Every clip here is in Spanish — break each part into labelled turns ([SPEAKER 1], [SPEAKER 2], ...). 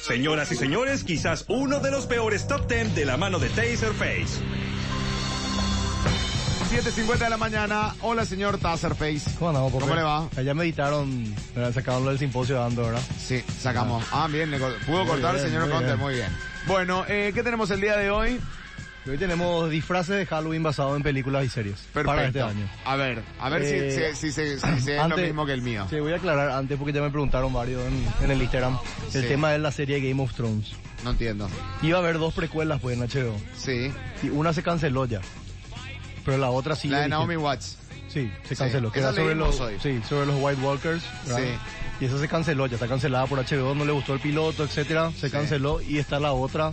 [SPEAKER 1] Señoras y señores, quizás uno de los peores top 10 de la mano de Taserface.
[SPEAKER 2] 7.50 de la mañana. Hola, señor Taserface.
[SPEAKER 3] ¿Cómo andamos, profe?
[SPEAKER 2] ¿Cómo le va?
[SPEAKER 3] Allá meditaron, ¿verdad? sacaron lo del simposio dando, ¿verdad?
[SPEAKER 2] Sí, sacamos. Ah, bien, le cor- pudo
[SPEAKER 3] Muy
[SPEAKER 2] cortar el
[SPEAKER 3] bien,
[SPEAKER 2] señor
[SPEAKER 3] muy
[SPEAKER 2] Conte,
[SPEAKER 3] bien.
[SPEAKER 2] muy bien. Bueno, eh, ¿qué tenemos el día de hoy?
[SPEAKER 3] Y Hoy tenemos disfraces de Halloween basados en películas y series.
[SPEAKER 2] Perfecto.
[SPEAKER 3] Para este año.
[SPEAKER 2] A ver, a ver si-
[SPEAKER 3] Eh,
[SPEAKER 2] si, si, se- si se es lo
[SPEAKER 3] Antes-
[SPEAKER 2] mismo que el mío.
[SPEAKER 3] Sí, voy a aclarar antes porque ya me preguntaron varios en, en el Instagram. El
[SPEAKER 2] Sí.
[SPEAKER 3] tema es la serie Game of Thrones.
[SPEAKER 2] No entiendo.
[SPEAKER 3] Iba a haber dos precuelas pues en HBO.
[SPEAKER 2] Sí.
[SPEAKER 3] Y una se canceló ya. Pero la otra sí.
[SPEAKER 2] La de
[SPEAKER 3] vigente.
[SPEAKER 2] Naomi Watts.
[SPEAKER 3] Sí, se canceló.
[SPEAKER 2] esa
[SPEAKER 3] que era sobre
[SPEAKER 2] leímos
[SPEAKER 3] los,
[SPEAKER 2] hoy.
[SPEAKER 3] sí, sobre los White Walkers. ¿verdad?
[SPEAKER 2] Sí.
[SPEAKER 3] Y esa se canceló, ya está cancelada por HBO, no le gustó el piloto, etcétera, se
[SPEAKER 2] Sí.
[SPEAKER 3] canceló y está la otra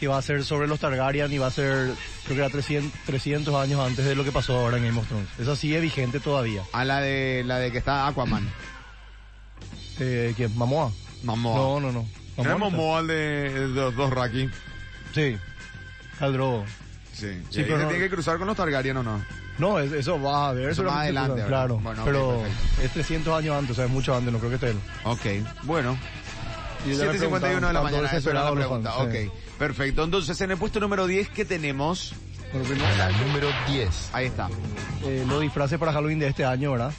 [SPEAKER 3] que va a ser sobre los Targaryen y va a ser, creo que era 300, 300 años antes de lo que pasó ahora en Game of Thrones. Esa sigue vigente todavía.
[SPEAKER 2] A la de la de que está Aquaman.
[SPEAKER 3] Eh, ¿Quién? ¿Mamoa?
[SPEAKER 2] Momoa.
[SPEAKER 3] No, no, no.
[SPEAKER 2] No, es
[SPEAKER 3] ¿Mamoa está?
[SPEAKER 2] Momoa el de, el de los dos Raki.
[SPEAKER 3] Sí. Caldrogo.
[SPEAKER 2] Sí. y
[SPEAKER 3] Sí,
[SPEAKER 2] ahí
[SPEAKER 3] pero
[SPEAKER 2] se
[SPEAKER 3] no-
[SPEAKER 2] tiene que cruzar con los Targaryen o no.
[SPEAKER 3] No, es- eso va a ver.
[SPEAKER 2] Eso más adelante, ¿verdad?
[SPEAKER 3] Claro.
[SPEAKER 2] Bueno, ok,
[SPEAKER 3] pero
[SPEAKER 2] perfecto.
[SPEAKER 3] es 300 años antes, o sea, es mucho antes, no creo que esté él.
[SPEAKER 2] Ok, bueno.
[SPEAKER 3] Y ya me
[SPEAKER 2] 7.51 de la
[SPEAKER 3] preguntaban,
[SPEAKER 2] mañana,
[SPEAKER 3] ¿cuánto
[SPEAKER 2] eso era la
[SPEAKER 3] desesperados los
[SPEAKER 2] pregunta.
[SPEAKER 3] fans? Sí.
[SPEAKER 2] Ok, perfecto. Entonces, en el puesto número 10, ¿qué tenemos?
[SPEAKER 3] Bueno, primero,
[SPEAKER 4] número 10.
[SPEAKER 2] Ahí está.
[SPEAKER 3] eh, los disfraces para Halloween de este año, ¿verdad?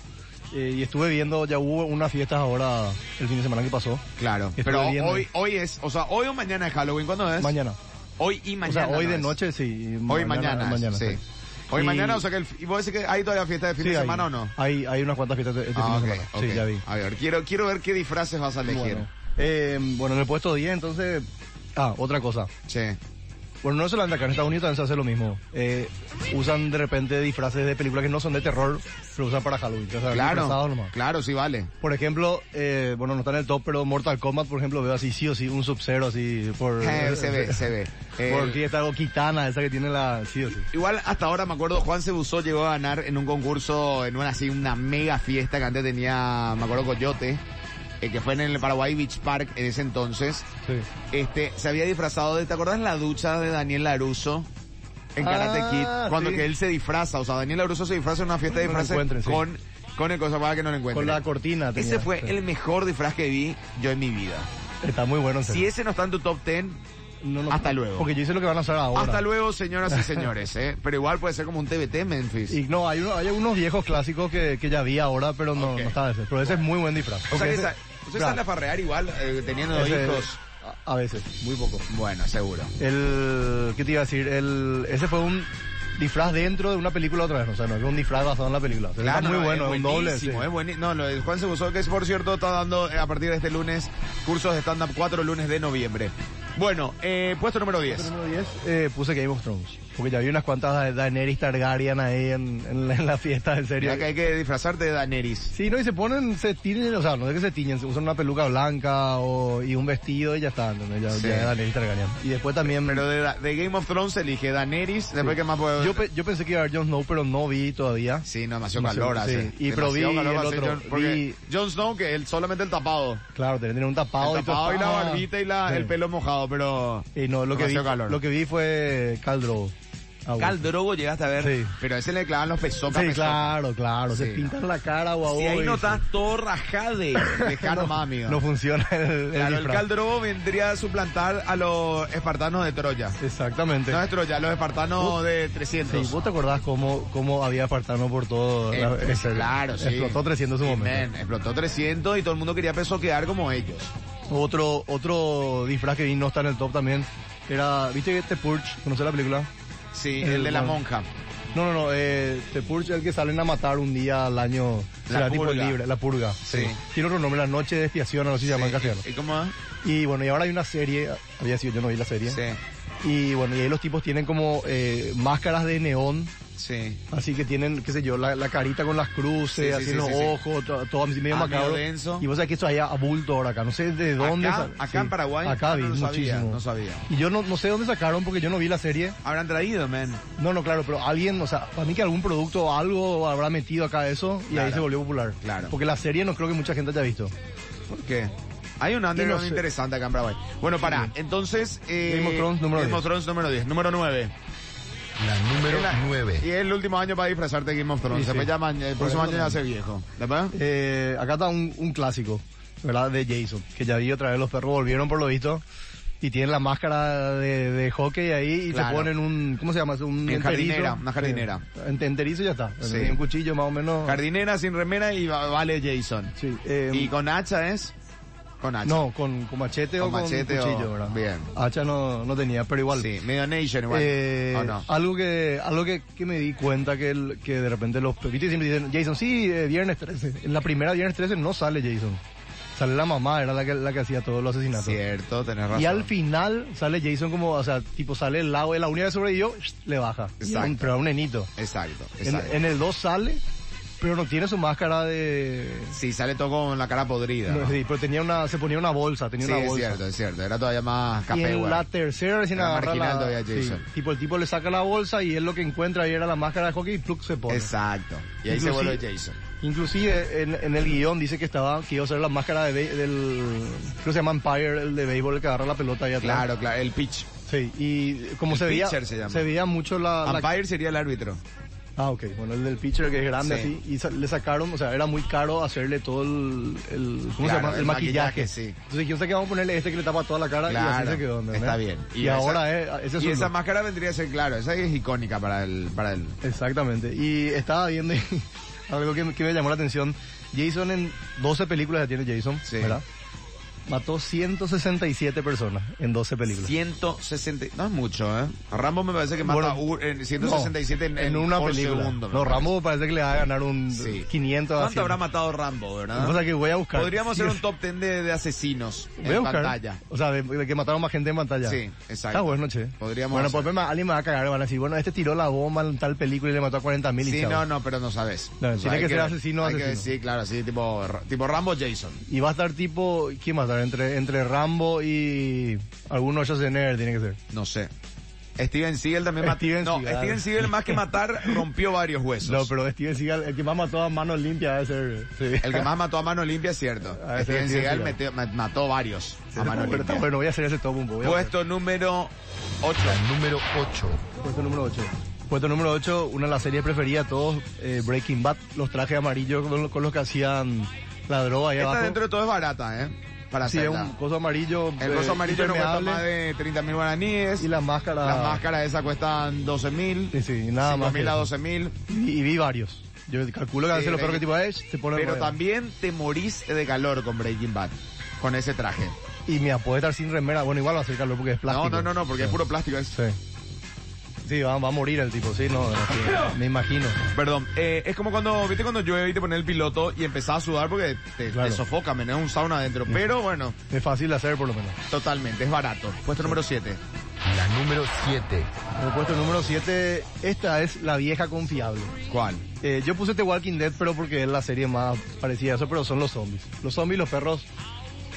[SPEAKER 3] Eh, y estuve viendo, ya hubo unas fiestas ahora el fin de semana que pasó.
[SPEAKER 2] Claro.
[SPEAKER 3] Estuve
[SPEAKER 2] Pero
[SPEAKER 3] viendo.
[SPEAKER 2] hoy, hoy es, o sea, hoy o mañana es Halloween, ¿cuándo es?
[SPEAKER 3] Mañana.
[SPEAKER 2] Hoy y
[SPEAKER 3] O
[SPEAKER 2] mañana.
[SPEAKER 3] sea, hoy
[SPEAKER 2] ¿no
[SPEAKER 3] de
[SPEAKER 2] es?
[SPEAKER 3] noche sí.
[SPEAKER 2] Hoy y mañana,
[SPEAKER 3] mañana,
[SPEAKER 2] sí.
[SPEAKER 3] sí.
[SPEAKER 2] Hoy
[SPEAKER 3] Y-
[SPEAKER 2] mañana, o sea que el, y vos decís que hay todavía fiesta de fin
[SPEAKER 3] Sí,
[SPEAKER 2] de
[SPEAKER 3] hay-
[SPEAKER 2] semana o no?
[SPEAKER 3] Hay, hay unas cuantas fiestas de- este
[SPEAKER 2] ah,
[SPEAKER 3] fin de
[SPEAKER 2] ok,
[SPEAKER 3] semana.
[SPEAKER 2] ok.
[SPEAKER 3] Sí, ya vi.
[SPEAKER 2] A ver, quiero, quiero ver qué disfraces vas a elegir.
[SPEAKER 3] Bueno. Eh, bueno, en el puesto 10, entonces... Ah, otra cosa.
[SPEAKER 2] Che.
[SPEAKER 3] Bueno, no solamente acá en Estados Unidos también se hace lo mismo. Eh, usan de repente disfraces de películas que no son de terror, pero usan para Halloween. O sea, disfrazados
[SPEAKER 2] Claro,
[SPEAKER 3] nomás.
[SPEAKER 2] claro, sí vale.
[SPEAKER 3] Por ejemplo, eh, bueno, no está en el top, pero Mortal Kombat, por ejemplo, veo así sí o sí, un Sub-Zero así por...
[SPEAKER 2] Eh, se ve, se ve. Eh,
[SPEAKER 3] Porque está algo Kitana, esa que tiene la... Sí o sí.
[SPEAKER 2] Igual hasta ahora me acuerdo, Juan Sebusó llegó a ganar en un concurso, en una así, una mega fiesta que antes tenía, me acuerdo, Coyote, eh, que fue en el Paraguay Beach Park en ese entonces.
[SPEAKER 3] Sí.
[SPEAKER 2] Este, se había disfrazado de, ¿te acordás la ducha de Daniel Laruso? En Karate
[SPEAKER 3] Ah,
[SPEAKER 2] Kid, cuando
[SPEAKER 3] sí.
[SPEAKER 2] que él se disfraza, o sea, Daniel Laruso se disfraza en una fiesta de
[SPEAKER 3] No lo
[SPEAKER 2] disfraces
[SPEAKER 3] encuentren, sí.
[SPEAKER 2] con, con el cosa para que no lo encuentren.
[SPEAKER 3] Con la cortina.
[SPEAKER 2] ese
[SPEAKER 3] tenía,
[SPEAKER 2] fue
[SPEAKER 3] sí.
[SPEAKER 2] el mejor disfraz que vi yo en mi vida.
[SPEAKER 3] Está muy bueno. en
[SPEAKER 2] Si
[SPEAKER 3] serio.
[SPEAKER 2] ese no está en tu top 10,
[SPEAKER 3] No, no,
[SPEAKER 2] hasta luego.
[SPEAKER 3] Porque yo hice lo que van a hacer ahora.
[SPEAKER 2] hasta luego, señoras y señores, ¿eh? Pero igual puede ser como un TBT, Memphis.
[SPEAKER 3] Y no, hay, uno- hay unos viejos clásicos que, que ya vi ahora, pero no,
[SPEAKER 2] Ok.
[SPEAKER 3] no está ese. Pero ese es muy buen disfraz.
[SPEAKER 2] O sea
[SPEAKER 3] Porque
[SPEAKER 2] que
[SPEAKER 3] ese-
[SPEAKER 2] sa- usted sale a
[SPEAKER 3] claro,
[SPEAKER 2] farrear igual eh, teniendo dos
[SPEAKER 3] ese-
[SPEAKER 2] hijos.
[SPEAKER 3] a- a veces, muy poco.
[SPEAKER 2] Bueno, seguro.
[SPEAKER 3] El, ¿qué te iba a decir? El, ese fue un disfraz dentro de una película otra vez, o sea, no es un disfraz basado en la película. O sea, está muy
[SPEAKER 2] no,
[SPEAKER 3] bueno, es un doble. sí.
[SPEAKER 2] buenísimo, es bueni- No, lo de Juan Sebusó, que es por cierto, está dando eh, a partir de este lunes cursos de stand-up 4 lunes de noviembre. Bueno, eh, puesto número 10.
[SPEAKER 3] Número 10, eh, puse Game of Thrones, porque ya vi unas cuantas de Daenerys Targaryen ahí en, en la, en la fiesta, en serio.
[SPEAKER 2] Mira que hay que disfrazarte de Daenerys.
[SPEAKER 3] Sí, no, y se ponen, se tiñen, o sea, no es que se tiñen, se usan una peluca blanca o, y un vestido y ya está, ¿entendés? Ya,
[SPEAKER 2] Sí.
[SPEAKER 3] ya es Daenerys Targaryen. Y después también...
[SPEAKER 2] Pero de, da- de Game of Thrones elige Daenerys, después que más puedo...
[SPEAKER 3] yo, pe- yo pensé que iba a haber Jon Snow, pero no vi todavía.
[SPEAKER 2] Sí, no, demasiado
[SPEAKER 3] Demasiado,
[SPEAKER 2] calor
[SPEAKER 3] sí.
[SPEAKER 2] hace.
[SPEAKER 3] Y pero vi
[SPEAKER 2] Demasiado calor
[SPEAKER 3] el
[SPEAKER 2] hace,
[SPEAKER 3] otro,
[SPEAKER 2] Jon- porque
[SPEAKER 3] vi-
[SPEAKER 2] Jon Snow, que él solamente el tapado.
[SPEAKER 3] Claro, tener un tapado,
[SPEAKER 2] el tapado y la
[SPEAKER 3] todo. Ah.
[SPEAKER 2] barbita y la,
[SPEAKER 3] Sí.
[SPEAKER 2] el pelo mojado, pero...
[SPEAKER 3] Y no, lo que, vi,
[SPEAKER 2] Demasiado calor.
[SPEAKER 3] lo que vi fue Caldro.
[SPEAKER 2] Cal Drogo llegaste a ver.
[SPEAKER 3] Sí.
[SPEAKER 2] Pero a ese le clavan los pesos.
[SPEAKER 3] Sí, claro, claro.
[SPEAKER 2] Sí,
[SPEAKER 3] se pintan la cara o
[SPEAKER 2] Si ahí no estás todo rajade, dejá
[SPEAKER 3] no,
[SPEAKER 2] nomás, amigo.
[SPEAKER 3] no funciona el, el
[SPEAKER 2] Claro, el
[SPEAKER 3] disfraz.
[SPEAKER 2] Cal Drogo vendría a suplantar a los espartanos de Troya.
[SPEAKER 3] Exactamente.
[SPEAKER 2] No de Troya, los espartanos de
[SPEAKER 3] Sí,
[SPEAKER 2] 300.
[SPEAKER 3] ¿vos te acordás cómo, cómo había apartado por todo?
[SPEAKER 2] Eh,
[SPEAKER 3] la-
[SPEAKER 2] pues,
[SPEAKER 3] ese-
[SPEAKER 2] claro, sí.
[SPEAKER 3] Explotó 300 en su
[SPEAKER 2] Sí,
[SPEAKER 3] momento.
[SPEAKER 2] men, explotó 300 y todo el mundo quería peso quedar como ellos.
[SPEAKER 3] Otro, otro disfraz que vi no está en el top también, era, ¿viste este Purge? ¿Conoces la película?
[SPEAKER 2] Sí, el,
[SPEAKER 3] El
[SPEAKER 2] de la
[SPEAKER 3] Juan.
[SPEAKER 2] monja.
[SPEAKER 3] No, no, no, eh, The Purge es el que salen a matar un día al año. o sea,
[SPEAKER 2] La
[SPEAKER 3] tipo
[SPEAKER 2] purga.
[SPEAKER 3] libre, la purga.
[SPEAKER 2] Sí.
[SPEAKER 3] Tiene otro nombre, la noche de expiación, no sé si se llama en
[SPEAKER 2] Sí,
[SPEAKER 3] castellano.
[SPEAKER 2] ¿Y y cómo es?
[SPEAKER 3] Y bueno, y ahora hay una serie, había sido, yo no vi la serie.
[SPEAKER 2] Sí,
[SPEAKER 3] Y bueno, y ahí los tipos tienen como eh, máscaras de neón,
[SPEAKER 2] sí.
[SPEAKER 3] así que tienen, qué sé yo, la, la carita con las
[SPEAKER 2] Sí, sí,
[SPEAKER 3] cruces, así
[SPEAKER 2] sí,
[SPEAKER 3] en los
[SPEAKER 2] sí, sí.
[SPEAKER 3] ojos, to- todo así medio
[SPEAKER 2] Ah, medio
[SPEAKER 3] macabro.
[SPEAKER 2] denso.
[SPEAKER 3] Y vos sabés que esto allá a bulto ahora acá, no sé de dónde.
[SPEAKER 2] acá
[SPEAKER 3] sa-
[SPEAKER 2] acá
[SPEAKER 3] sí.
[SPEAKER 2] en Paraguay ah,
[SPEAKER 3] Acá vi
[SPEAKER 2] no lo sabía,
[SPEAKER 3] muchísimo.
[SPEAKER 2] no sabía.
[SPEAKER 3] Y yo no, no sé dónde sacaron porque yo no vi la serie.
[SPEAKER 2] Habrán traído, men.
[SPEAKER 3] No, no, claro, pero alguien, o sea, para mí que algún producto o algo habrá metido acá eso y
[SPEAKER 2] Claro.
[SPEAKER 3] ahí se volvió popular.
[SPEAKER 2] Claro.
[SPEAKER 3] Porque la serie no creo que mucha gente haya visto.
[SPEAKER 2] ¿Por qué? Hay un
[SPEAKER 3] Y
[SPEAKER 2] underground
[SPEAKER 3] no sé.
[SPEAKER 2] interesante acá en Paraguay. Bueno, pará. Entonces... Eh,
[SPEAKER 3] Game of Thrones número
[SPEAKER 2] Game
[SPEAKER 3] 10.
[SPEAKER 2] of Thrones número 10. Número 9.
[SPEAKER 4] La número
[SPEAKER 2] Es la-
[SPEAKER 4] 9.
[SPEAKER 2] Y es el último año para disfrazarte de Game of Thrones.
[SPEAKER 3] Sí, sí.
[SPEAKER 2] Después ya ma- el
[SPEAKER 3] Por
[SPEAKER 2] próximo
[SPEAKER 3] eso
[SPEAKER 2] año ya
[SPEAKER 3] también.
[SPEAKER 2] se viejo. ¿Después?
[SPEAKER 3] Eh, acá está un, un clásico. ¿verdad? De Jason, que ya vi otra vez los perros volvieron por lo visto y tienen la máscara de, de hockey ahí y
[SPEAKER 2] Claro.
[SPEAKER 3] te ponen un, ¿cómo se llama? eso? Un
[SPEAKER 2] Una
[SPEAKER 3] enterizo.
[SPEAKER 2] jardinera, una jardinera.
[SPEAKER 3] Sí, enterizo y ya está.
[SPEAKER 2] Sí.
[SPEAKER 3] Un cuchillo más o menos.
[SPEAKER 2] Jardinera sin remera y va- vale Jason.
[SPEAKER 3] Sí, eh,
[SPEAKER 2] ¿Y con hacha es? Con hacha.
[SPEAKER 3] No, con, con machete
[SPEAKER 2] Con
[SPEAKER 3] o con
[SPEAKER 2] machete o-
[SPEAKER 3] cuchillo, ¿verdad?
[SPEAKER 2] bien.
[SPEAKER 3] Hacha no, no tenía, pero igual.
[SPEAKER 2] Sí, medio nation igual.
[SPEAKER 3] Eh,
[SPEAKER 2] ¿O no?
[SPEAKER 3] Algo que algo que, que me di cuenta que el- que de repente los pepitos siempre dicen, Jason, sí, eh, viernes 13. En la primera viernes 13 no sale Jason. Sale la mamá, era la que, la que hacía todos los asesinatos.
[SPEAKER 2] Cierto, tenés razón.
[SPEAKER 3] Y al final sale Jason como, o sea, tipo sale el lado de la unidad de sobrevivió, le baja.
[SPEAKER 2] Exacto.
[SPEAKER 3] Un- pero a un nenito.
[SPEAKER 2] Exacto,
[SPEAKER 3] En,
[SPEAKER 2] exacto.
[SPEAKER 3] en el 2 sale, pero no tiene su máscara de...
[SPEAKER 2] Sí, sale todo con la cara podrida. ¿no?
[SPEAKER 3] no, sí, pero tenía una, se ponía una bolsa, tenía
[SPEAKER 2] Sí,
[SPEAKER 3] una
[SPEAKER 2] es
[SPEAKER 3] bolsa.
[SPEAKER 2] cierto, es cierto. Era todavía más
[SPEAKER 3] Y
[SPEAKER 2] café,
[SPEAKER 3] en
[SPEAKER 2] güey.
[SPEAKER 3] la tercera recién
[SPEAKER 2] Era
[SPEAKER 3] agarra
[SPEAKER 2] marginal
[SPEAKER 3] la-
[SPEAKER 2] todavía
[SPEAKER 3] sí,
[SPEAKER 2] Jason.
[SPEAKER 3] tipo el tipo le saca la bolsa y él lo que encuentra ahí era la máscara de hockey y pluk se pone.
[SPEAKER 2] Exacto. Y ahí se
[SPEAKER 3] Inclusive-
[SPEAKER 2] vuelve Jason.
[SPEAKER 3] Inclusive en, en el guión dice que estaba que iba a ser la máscara de be- del creo que se llama Empire, el de béisbol el que agarra la pelota ahí atrás.
[SPEAKER 2] Claro, claro. El pitch.
[SPEAKER 3] Sí, y como
[SPEAKER 2] El
[SPEAKER 3] se veía
[SPEAKER 2] pitcher se llama.
[SPEAKER 3] veía mucho Ah, la, la-
[SPEAKER 2] Umpire sería el árbitro.
[SPEAKER 3] Ah, ok, bueno, el del pitcher que es grande
[SPEAKER 2] Sí.
[SPEAKER 3] así y sa- le sacaron, o sea, era muy caro hacerle todo el, el ¿cómo se
[SPEAKER 2] Claro,
[SPEAKER 3] llama? El,
[SPEAKER 2] el
[SPEAKER 3] maquillaje.
[SPEAKER 2] maquillaje, sí.
[SPEAKER 3] Entonces, yo sé que vamos a ponerle este que le tapa toda la cara y así
[SPEAKER 2] Claro,
[SPEAKER 3] se quedó, ¿entendés?
[SPEAKER 2] está bien.
[SPEAKER 3] Y,
[SPEAKER 2] Y esa-
[SPEAKER 3] ahora eh, ese es
[SPEAKER 2] Y
[SPEAKER 3] su
[SPEAKER 2] esa
[SPEAKER 3] look.
[SPEAKER 2] máscara vendría a ser, claro, esa es icónica para el... Para el
[SPEAKER 3] Exactamente. Y estaba viendo algo que, que me llamó la atención. Jason en 12 películas ya tiene Jason,
[SPEAKER 2] Sí.
[SPEAKER 3] ¿verdad? Mató 167 personas en 12 películas.
[SPEAKER 2] 160... No es mucho, ¿eh? Rambo me parece que mata
[SPEAKER 3] Bueno,
[SPEAKER 2] u- en 167 en,
[SPEAKER 3] No, en una
[SPEAKER 2] por
[SPEAKER 3] película.
[SPEAKER 2] segundo. me
[SPEAKER 3] no,
[SPEAKER 2] parece.
[SPEAKER 3] Rambo parece que le va a ganar un
[SPEAKER 2] Sí.
[SPEAKER 3] 500 a
[SPEAKER 2] ¿Cuánto
[SPEAKER 3] 100.
[SPEAKER 2] habrá matado Rambo, verdad?
[SPEAKER 3] O sea que voy a buscar.
[SPEAKER 2] Podríamos hacer
[SPEAKER 3] Sí,
[SPEAKER 2] un top 10 de, de asesinos
[SPEAKER 3] Voy a
[SPEAKER 2] en
[SPEAKER 3] buscar.
[SPEAKER 2] pantalla.
[SPEAKER 3] O sea, de, de que mataron más gente en pantalla.
[SPEAKER 2] Sí, exacto.
[SPEAKER 3] Está bueno, che.
[SPEAKER 2] Podríamos
[SPEAKER 3] Bueno,
[SPEAKER 2] hacer.
[SPEAKER 3] pues me- alguien me va a cagar. me Van a decir, bueno, este tiró la bomba en tal película y le mató a 40 mil.
[SPEAKER 2] Sí, no, no, pero no sabes.
[SPEAKER 3] No, tiene
[SPEAKER 2] hay
[SPEAKER 3] que ser
[SPEAKER 2] ver.
[SPEAKER 3] asesino,
[SPEAKER 2] Hay que-
[SPEAKER 3] asesino.
[SPEAKER 2] sí, claro, sí, tipo, Ra- tipo Rambo Jason.
[SPEAKER 3] Y va a estar tipo, ¿quién va a estar? Entre, entre Rambo y alguno Schwarzenegger tiene que ser.
[SPEAKER 2] No sé. Steven Seagal también mató.
[SPEAKER 3] Steven
[SPEAKER 2] No,
[SPEAKER 3] Seagal.
[SPEAKER 2] Steven Seagal más que matar rompió varios huesos.
[SPEAKER 3] No, pero Steven Seagal, el que más mató a manos limpias debe ser. eh, sí.
[SPEAKER 2] El que más mató a mano limpia es cierto.
[SPEAKER 3] Ah, ese
[SPEAKER 2] Steven
[SPEAKER 3] es Steven
[SPEAKER 2] Seagal
[SPEAKER 3] Seagal.
[SPEAKER 2] metió- ma- mató varios a mano
[SPEAKER 3] Pero está
[SPEAKER 2] limpia. Pues
[SPEAKER 3] bueno, voy a hacer ese top un poco. voy a hacer.
[SPEAKER 2] Puesto número 8.
[SPEAKER 4] La número 8.
[SPEAKER 3] Puesto número 8. Puesto número 8, una de las series preferidas de todos, eh, Breaking Bad, los trajes amarillos con, lo- con los que hacían la droga ahí
[SPEAKER 2] Esta
[SPEAKER 3] abajo.
[SPEAKER 2] dentro de todo es barata, ¿eh? Para
[SPEAKER 3] sí, es
[SPEAKER 2] hacerla.
[SPEAKER 3] un coso amarillo.
[SPEAKER 2] El
[SPEAKER 3] eh,
[SPEAKER 2] coso amarillo no cuesta
[SPEAKER 3] impermeable,
[SPEAKER 2] más de 30.000 mil guaraníes.
[SPEAKER 3] Y la máscara.
[SPEAKER 2] Las máscaras esas cuestan 12.000. mil.
[SPEAKER 3] Sí, sí, nada más que
[SPEAKER 2] a
[SPEAKER 3] eso.
[SPEAKER 2] 12.000. mil.
[SPEAKER 3] Y, y vi varios. Yo calculo que a
[SPEAKER 2] Sí,
[SPEAKER 3] veces lo peor que
[SPEAKER 2] Breaking-
[SPEAKER 3] tipo es, te ponen.
[SPEAKER 2] Pero
[SPEAKER 3] remera.
[SPEAKER 2] también te morís de calor con Breaking Bad. Con ese traje.
[SPEAKER 3] Y mira, puede estar sin remera. Bueno, igual va a hacer calor porque es plástico.
[SPEAKER 2] No, no, no, no, porque es puro plástico. Es,
[SPEAKER 3] Sí. Sí, va, va a morir el tipo, sí, no, no, sí, me imagino.
[SPEAKER 2] Perdón, eh, es como cuando, viste cuando llueve y te pones el piloto y empezás a sudar porque te, te
[SPEAKER 3] Claro.
[SPEAKER 2] sofoca, me es un sauna adentro. Pero bueno,
[SPEAKER 3] Es fácil de hacer por lo menos.
[SPEAKER 2] totalmente, es barato. Puesto número 7.
[SPEAKER 4] La número 7.
[SPEAKER 3] En el puesto número 7, esta es la vieja confiable.
[SPEAKER 2] ¿Cuál?
[SPEAKER 3] Eh, yo puse The Walking Dead, pero porque es la serie más parecida a eso, pero son los zombies. Los zombies, los perros,